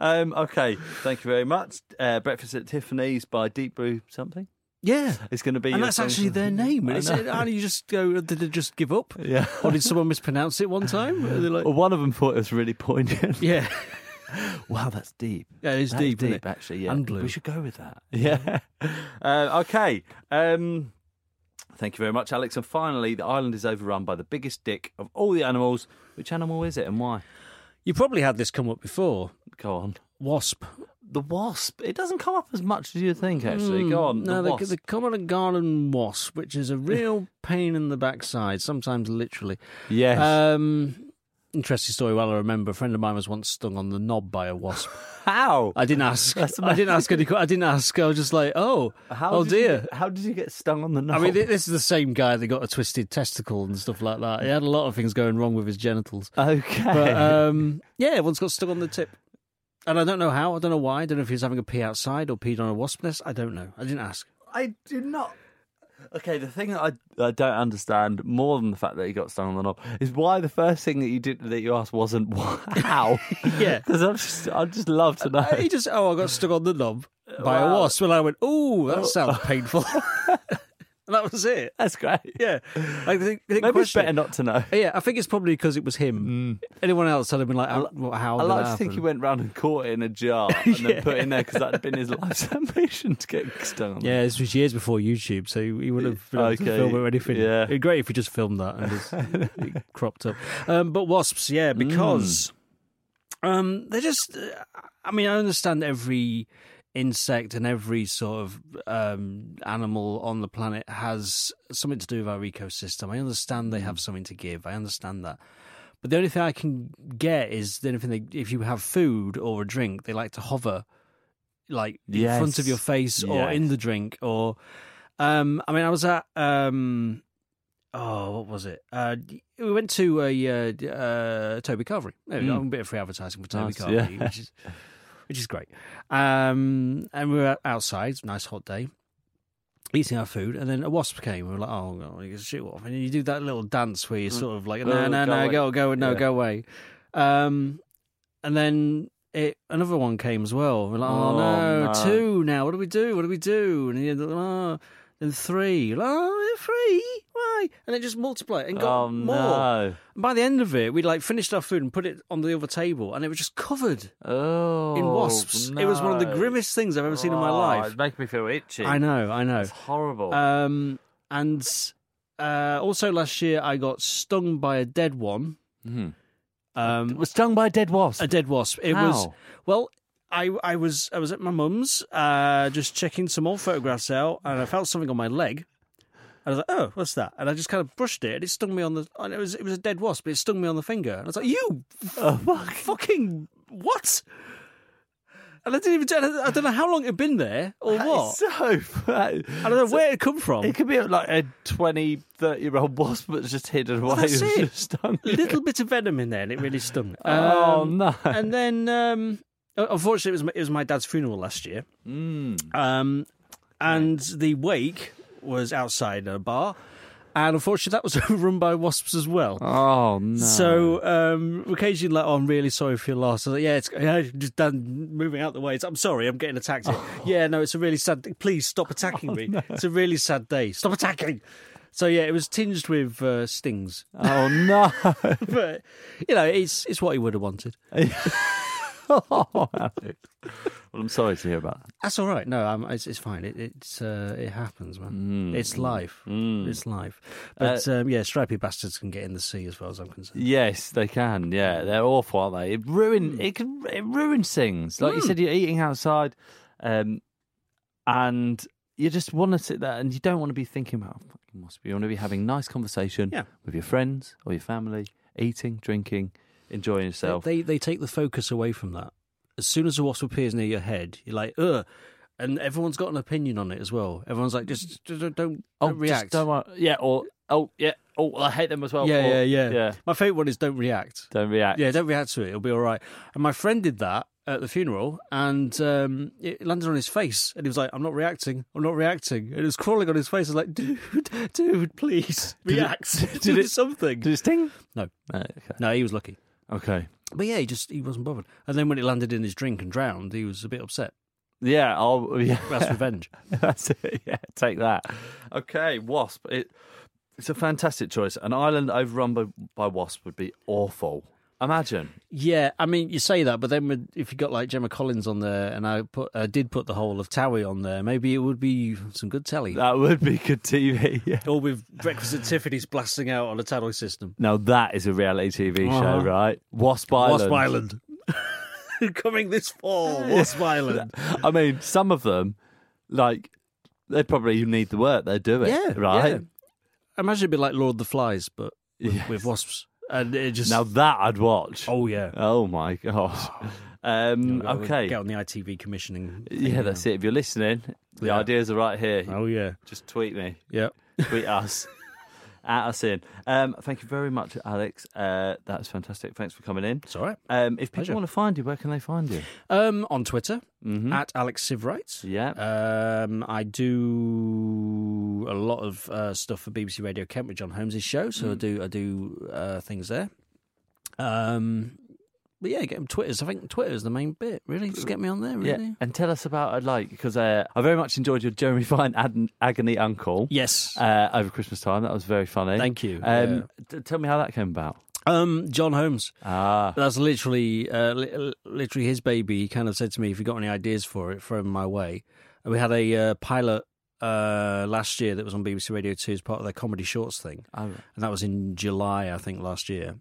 [SPEAKER 2] um, okay. Thank you very much. Uh, Breakfast at Tiffany's by Deep Blue something.
[SPEAKER 3] Yeah.
[SPEAKER 2] It's going to be.
[SPEAKER 3] And
[SPEAKER 2] your
[SPEAKER 3] that's
[SPEAKER 2] song
[SPEAKER 3] actually
[SPEAKER 2] for-
[SPEAKER 3] their name.
[SPEAKER 2] I
[SPEAKER 3] It's,
[SPEAKER 2] know.
[SPEAKER 3] how do you just go? uh, Did they just give up?
[SPEAKER 2] Yeah. Oh.
[SPEAKER 3] Or did someone mispronounce it one time? Are they like-
[SPEAKER 2] Well, one of them thought it was really poignant.
[SPEAKER 3] yeah,
[SPEAKER 2] wow, that's deep.
[SPEAKER 3] yeah, it's
[SPEAKER 2] That is
[SPEAKER 3] deep, isn't it?
[SPEAKER 2] actually. Yeah,
[SPEAKER 3] And blue.
[SPEAKER 2] We should go with that. Yeah. uh, okay. Um, thank you very much, Alex. And finally, the island is overrun by the biggest dick of all the animals. Which animal is it, and why?
[SPEAKER 3] You probably had this come up before.
[SPEAKER 2] Go on.
[SPEAKER 3] Wasp.
[SPEAKER 2] The wasp. It doesn't come up as much as you think, actually. Go on.
[SPEAKER 3] Hmm. No,
[SPEAKER 2] Hmm, the
[SPEAKER 3] the,
[SPEAKER 2] wasp.
[SPEAKER 3] the common garden wasp, which is a real pain in the backside, sometimes literally.
[SPEAKER 2] Yes.
[SPEAKER 3] Um, interesting story. Well, I remember a friend of mine was once stung on the knob by a wasp.
[SPEAKER 2] how?
[SPEAKER 3] I didn't ask.
[SPEAKER 2] That's
[SPEAKER 3] I didn't ask any. que- I didn't ask. I was just like, oh,
[SPEAKER 2] How
[SPEAKER 3] oh
[SPEAKER 2] did you
[SPEAKER 3] dear.
[SPEAKER 2] get- how did you get stung on the
[SPEAKER 3] I
[SPEAKER 2] nose?
[SPEAKER 3] mean, th- this is the same guy that got a twisted testicle and stuff like that. He had a lot of things going wrong with his genitals.
[SPEAKER 2] okay.
[SPEAKER 3] But um, yeah, one's got stuck on the tip. And I don't know how. I don't know why. I don't know if he was having a pee outside or peed on a wasp nest. I don't know. I didn't ask.
[SPEAKER 2] I do not. Okay, the thing that I, I don't understand more than the fact that he got stung on the knob is why the first thing that you did that you asked wasn't why- how.
[SPEAKER 3] Yeah.
[SPEAKER 2] because I just I just love to know.
[SPEAKER 3] Uh, He just, oh, I got stuck on the knob by a
[SPEAKER 2] Wow.
[SPEAKER 3] wasp. And I went, oh, that sounds painful. and that was it.
[SPEAKER 2] That's great.
[SPEAKER 3] Yeah. I think, I think
[SPEAKER 2] Maybe it's
[SPEAKER 3] question-
[SPEAKER 2] better not to know.
[SPEAKER 3] Yeah, I think it's probably because it was him. Anyone else would have been like, how, how
[SPEAKER 2] I
[SPEAKER 3] did
[SPEAKER 2] like
[SPEAKER 3] that
[SPEAKER 2] to think he
[SPEAKER 3] happen?
[SPEAKER 2] went round and caught it in a jar and then put it in there because that'd been his life's ambition to get stung. On the
[SPEAKER 3] Yeah, this was years before YouTube, so he would have been able to
[SPEAKER 2] Okay,
[SPEAKER 3] film it or anything.
[SPEAKER 2] yeah.
[SPEAKER 3] It'd be great if we just filmed that and just it cropped up. Um, but wasps, yeah,
[SPEAKER 2] Hmm.
[SPEAKER 3] because um, they're just. uh, I mean, I understand every insect and every sort of um, animal on the planet has something to do with our ecosystem. I understand they
[SPEAKER 2] Hmm.
[SPEAKER 3] have something to give. I understand that. But the only thing I can get is the only thing they, if you have food or a drink, they like to hover like in front of
[SPEAKER 2] Yes.
[SPEAKER 3] your face or
[SPEAKER 2] Yes.
[SPEAKER 3] in the drink or um I mean I was at um oh what was it? Uh we went to a uh, uh Toby Carvery. There we go, a bit of free advertising for Toby
[SPEAKER 2] Hmm. Nice,
[SPEAKER 3] Carvery,
[SPEAKER 2] yeah.
[SPEAKER 3] which is which is great. Um and we were outside, nice hot day. Eating our food, and then a wasp came. We were like, "Oh, no, you shoot off!" And you do that little dance where you sort of like, "No,
[SPEAKER 2] Oh,
[SPEAKER 3] no,
[SPEAKER 2] go
[SPEAKER 3] no,
[SPEAKER 2] away.
[SPEAKER 3] go, go, no,
[SPEAKER 2] Yeah.
[SPEAKER 3] go away." Um, and then it, another one came as well. We're like, oh,
[SPEAKER 2] Oh,
[SPEAKER 3] no,
[SPEAKER 2] no.
[SPEAKER 3] two now. What do we do? What do we do? And then, oh, then three. Like, Oh, three. Why? And then just multiplied and got
[SPEAKER 2] Oh,
[SPEAKER 3] more.
[SPEAKER 2] no.
[SPEAKER 3] And by the end of it, we like finished our food and put it on the other table, and it was just covered
[SPEAKER 2] Oh,
[SPEAKER 3] in wasps. It was one of the
[SPEAKER 2] no.
[SPEAKER 3] grimmest things I've ever seen in my
[SPEAKER 2] Oh,
[SPEAKER 3] life.
[SPEAKER 2] It's making me feel itchy.
[SPEAKER 3] I know, I know.
[SPEAKER 2] It's horrible.
[SPEAKER 3] Um, uh,
[SPEAKER 2] Hmm.
[SPEAKER 3] and uh, also last year, I got stung by a dead one. Um,
[SPEAKER 2] was stung by a dead wasp.
[SPEAKER 3] a dead wasp. It was
[SPEAKER 2] How?
[SPEAKER 3] well. I, I was I was at my mum's, uh, just checking some old photographs out, and I felt something on my leg. And I was like, "Oh, what's that?" And I just kind of brushed it, and it stung me on the. And it was it was a dead wasp, but it stung me on the finger. And I was like, "You fucking what?" And I didn't even. do- I don't know how long it had been there or
[SPEAKER 2] That is
[SPEAKER 3] what.
[SPEAKER 2] So bad.
[SPEAKER 3] I don't know where it had come from.
[SPEAKER 2] It could be like a 20, 30 year old wasp that's just hidden away.
[SPEAKER 3] that's
[SPEAKER 2] and
[SPEAKER 3] it.
[SPEAKER 2] Just stung.
[SPEAKER 3] A little bit of venom in there, and it really stung. me.
[SPEAKER 2] Oh,
[SPEAKER 3] Um,
[SPEAKER 2] no.
[SPEAKER 3] And then, um, unfortunately, it was my, it was my dad's funeral last year,
[SPEAKER 2] Mm.
[SPEAKER 3] um, and the wake was outside a bar, and unfortunately, that was overrun by wasps as well.
[SPEAKER 2] Oh no!
[SPEAKER 3] So um, occasionally, like, oh, I'm really sorry for your loss. I was like, yeah, it's yeah, just done moving out the way. It's, I'm sorry, I'm getting attacked. Here.
[SPEAKER 2] Oh.
[SPEAKER 3] Yeah, no, it's a really sad. Please stop attacking me. It's a really sad day. Stop attacking. So yeah, it was tinged with uh, stings
[SPEAKER 2] oh no!
[SPEAKER 3] but you know, it's it's what he would have wanted.
[SPEAKER 2] well, I'm sorry to hear about that.
[SPEAKER 3] That's all right. No, um, it's it's fine. It it's uh, it happens,
[SPEAKER 2] Mm.
[SPEAKER 3] man. It's life. It's life.
[SPEAKER 2] Uh,
[SPEAKER 3] But um, yeah, stripy bastards can get in the sea as far as I'm concerned.
[SPEAKER 2] Yes, they can.
[SPEAKER 3] Mm.
[SPEAKER 2] Yeah, they're awful, aren't they? It ruin it can it ruins things. Like you
[SPEAKER 3] Mm.
[SPEAKER 2] said, you're eating outside, um, and you just want to sit there, and you don't want to be thinking about "Oh, fucking wasp. You want to be having nice conversation
[SPEAKER 3] Yeah.
[SPEAKER 2] with your friends or your family, eating, drinking, enjoying yourself.
[SPEAKER 3] They they take the focus away from that. As soon as a wasp appears near your head, you're like, ugh. And everyone's got an opinion on it as well. Everyone's like, just, just don't, don't
[SPEAKER 2] oh, just
[SPEAKER 3] react.
[SPEAKER 2] don't want- yeah, or oh yeah, oh I hate them as well.
[SPEAKER 3] yeah,
[SPEAKER 2] or-
[SPEAKER 3] yeah, yeah,
[SPEAKER 2] yeah.
[SPEAKER 3] My favourite one is don't react.
[SPEAKER 2] Don't react.
[SPEAKER 3] Yeah, don't react to it. It'll be all right. And my friend did that at the funeral, and um, it landed on his face, and he was like, "I'm not reacting. I'm not reacting." And it was crawling on his face. I was like, "Dude, dude, please
[SPEAKER 2] it-
[SPEAKER 3] react.
[SPEAKER 2] did
[SPEAKER 3] Do
[SPEAKER 2] it-
[SPEAKER 3] something."
[SPEAKER 2] Did it sting?
[SPEAKER 3] No,
[SPEAKER 2] No, okay.
[SPEAKER 3] no, he was lucky.
[SPEAKER 2] okay.
[SPEAKER 3] But yeah, he just he wasn't bothered. And then when it landed in his drink and drowned, he was a bit upset.
[SPEAKER 2] Yeah, I'll yeah.
[SPEAKER 3] That's revenge.
[SPEAKER 2] That's it. Yeah, take that. Okay, wasp. It it's a fantastic choice. An island overrun by, by wasp would be awful. Imagine.
[SPEAKER 3] Yeah, I mean, you say that, but then with- if you got like Gemma Collins on there, and I put, I did put the whole of Towie on there, maybe it would be some good telly.
[SPEAKER 2] That would be good TV. Yeah.
[SPEAKER 3] Or with Breakfast at Tiffany's blasting out on a Towie system.
[SPEAKER 2] Now that is a reality TV
[SPEAKER 3] Uh-huh.
[SPEAKER 2] show, right? Wasp Island.
[SPEAKER 3] Wasp Island. Coming this fall, Wasp Island.
[SPEAKER 2] I mean, some of them, like they probably need the work they're doing. Right.
[SPEAKER 3] Imagine it'd be like Lord of the Flies, but with,
[SPEAKER 2] Yes.
[SPEAKER 3] with wasps. And it just.
[SPEAKER 2] Now that I'd watch.
[SPEAKER 3] oh, yeah.
[SPEAKER 2] Oh my gosh. Um, okay.
[SPEAKER 3] Get on the ITV commissioning. thing,
[SPEAKER 2] Yeah,
[SPEAKER 3] you
[SPEAKER 2] that's
[SPEAKER 3] know.
[SPEAKER 2] it. If you're listening, the
[SPEAKER 3] Yeah.
[SPEAKER 2] ideas are right here.
[SPEAKER 3] Oh, yeah.
[SPEAKER 2] Just tweet me.
[SPEAKER 3] Yeah.
[SPEAKER 2] tweet us at us in. Um, thank you very much, Alex. Uh, that was fantastic. Thanks for coming in.
[SPEAKER 3] It's all right.
[SPEAKER 2] Um, if people
[SPEAKER 3] Pleasure.
[SPEAKER 2] want to find you, where can they find you?
[SPEAKER 3] Um, on Twitter, at Alex Sivright.
[SPEAKER 2] Mm-hmm. Yeah.
[SPEAKER 3] Um, I do a lot of uh, stuff for BBC Radio Kent with John Holmes' show, so I
[SPEAKER 2] Mm.
[SPEAKER 3] do I do uh, things there. Um, but yeah, get them Twitters. I think Twitter's the main bit. Really, just get me on there. Really.
[SPEAKER 2] Yeah, and tell us about like because uh, I very much enjoyed your Jeremy Fine Ad- agony uncle.
[SPEAKER 3] Yes.
[SPEAKER 2] Uh, over Christmas time, that was very funny.
[SPEAKER 3] Thank you.
[SPEAKER 2] Um,
[SPEAKER 3] Yeah.
[SPEAKER 2] t- tell me how that came about.
[SPEAKER 3] Um, John Holmes.
[SPEAKER 2] Ah,
[SPEAKER 3] That's literally, uh, li- literally his baby. He kind of said to me, "If you got any ideas for it, throw them my way." And we had a uh, pilot uh, last year that was on BBC Radio Two as part of their comedy shorts thing,
[SPEAKER 2] Oh.
[SPEAKER 3] and that was in July, I think, last year.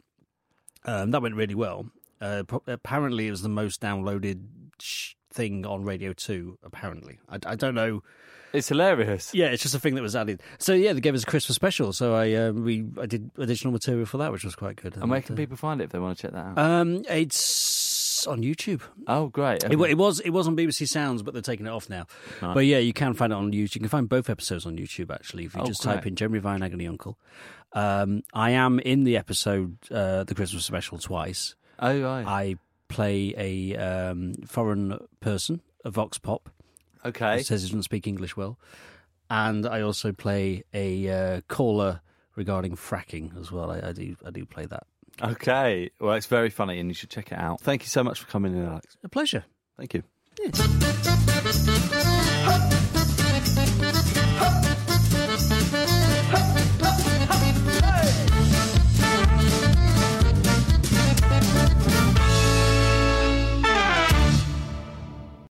[SPEAKER 3] Um, that went really well. Uh, pro- apparently, it was the most downloaded sh- thing on Radio Two. Apparently, I, I don't know.
[SPEAKER 2] it's hilarious.
[SPEAKER 3] Yeah, it's just a thing that was added. So yeah, they gave us a Christmas special. So I um, we I did additional material for that, which was quite good.
[SPEAKER 2] And where can
[SPEAKER 3] uh,
[SPEAKER 2] people find it if they want to check that out?
[SPEAKER 3] um, it's on YouTube.
[SPEAKER 2] oh, great.
[SPEAKER 3] It, wa- it was it was on BBC Sounds, but they're taking it off now.
[SPEAKER 2] Ah.
[SPEAKER 3] But yeah, you can find it on YouTube. You can find both episodes on YouTube actually. If you
[SPEAKER 2] Oh,
[SPEAKER 3] just type
[SPEAKER 2] great.
[SPEAKER 3] in Jeremy Vine Agony Uncle, um, I am in the episode uh, the Christmas special twice.
[SPEAKER 2] oh, right.
[SPEAKER 3] I play a um, foreign person, a vox pop,
[SPEAKER 2] Okay.
[SPEAKER 3] who says he doesn't speak English well, and I also play a uh, caller regarding fracking as well. I, I do I do play that.
[SPEAKER 2] Okay. Well, it's very funny, and you should check it out. Thank you so much for coming in, Alex.
[SPEAKER 3] A pleasure.
[SPEAKER 2] Thank you.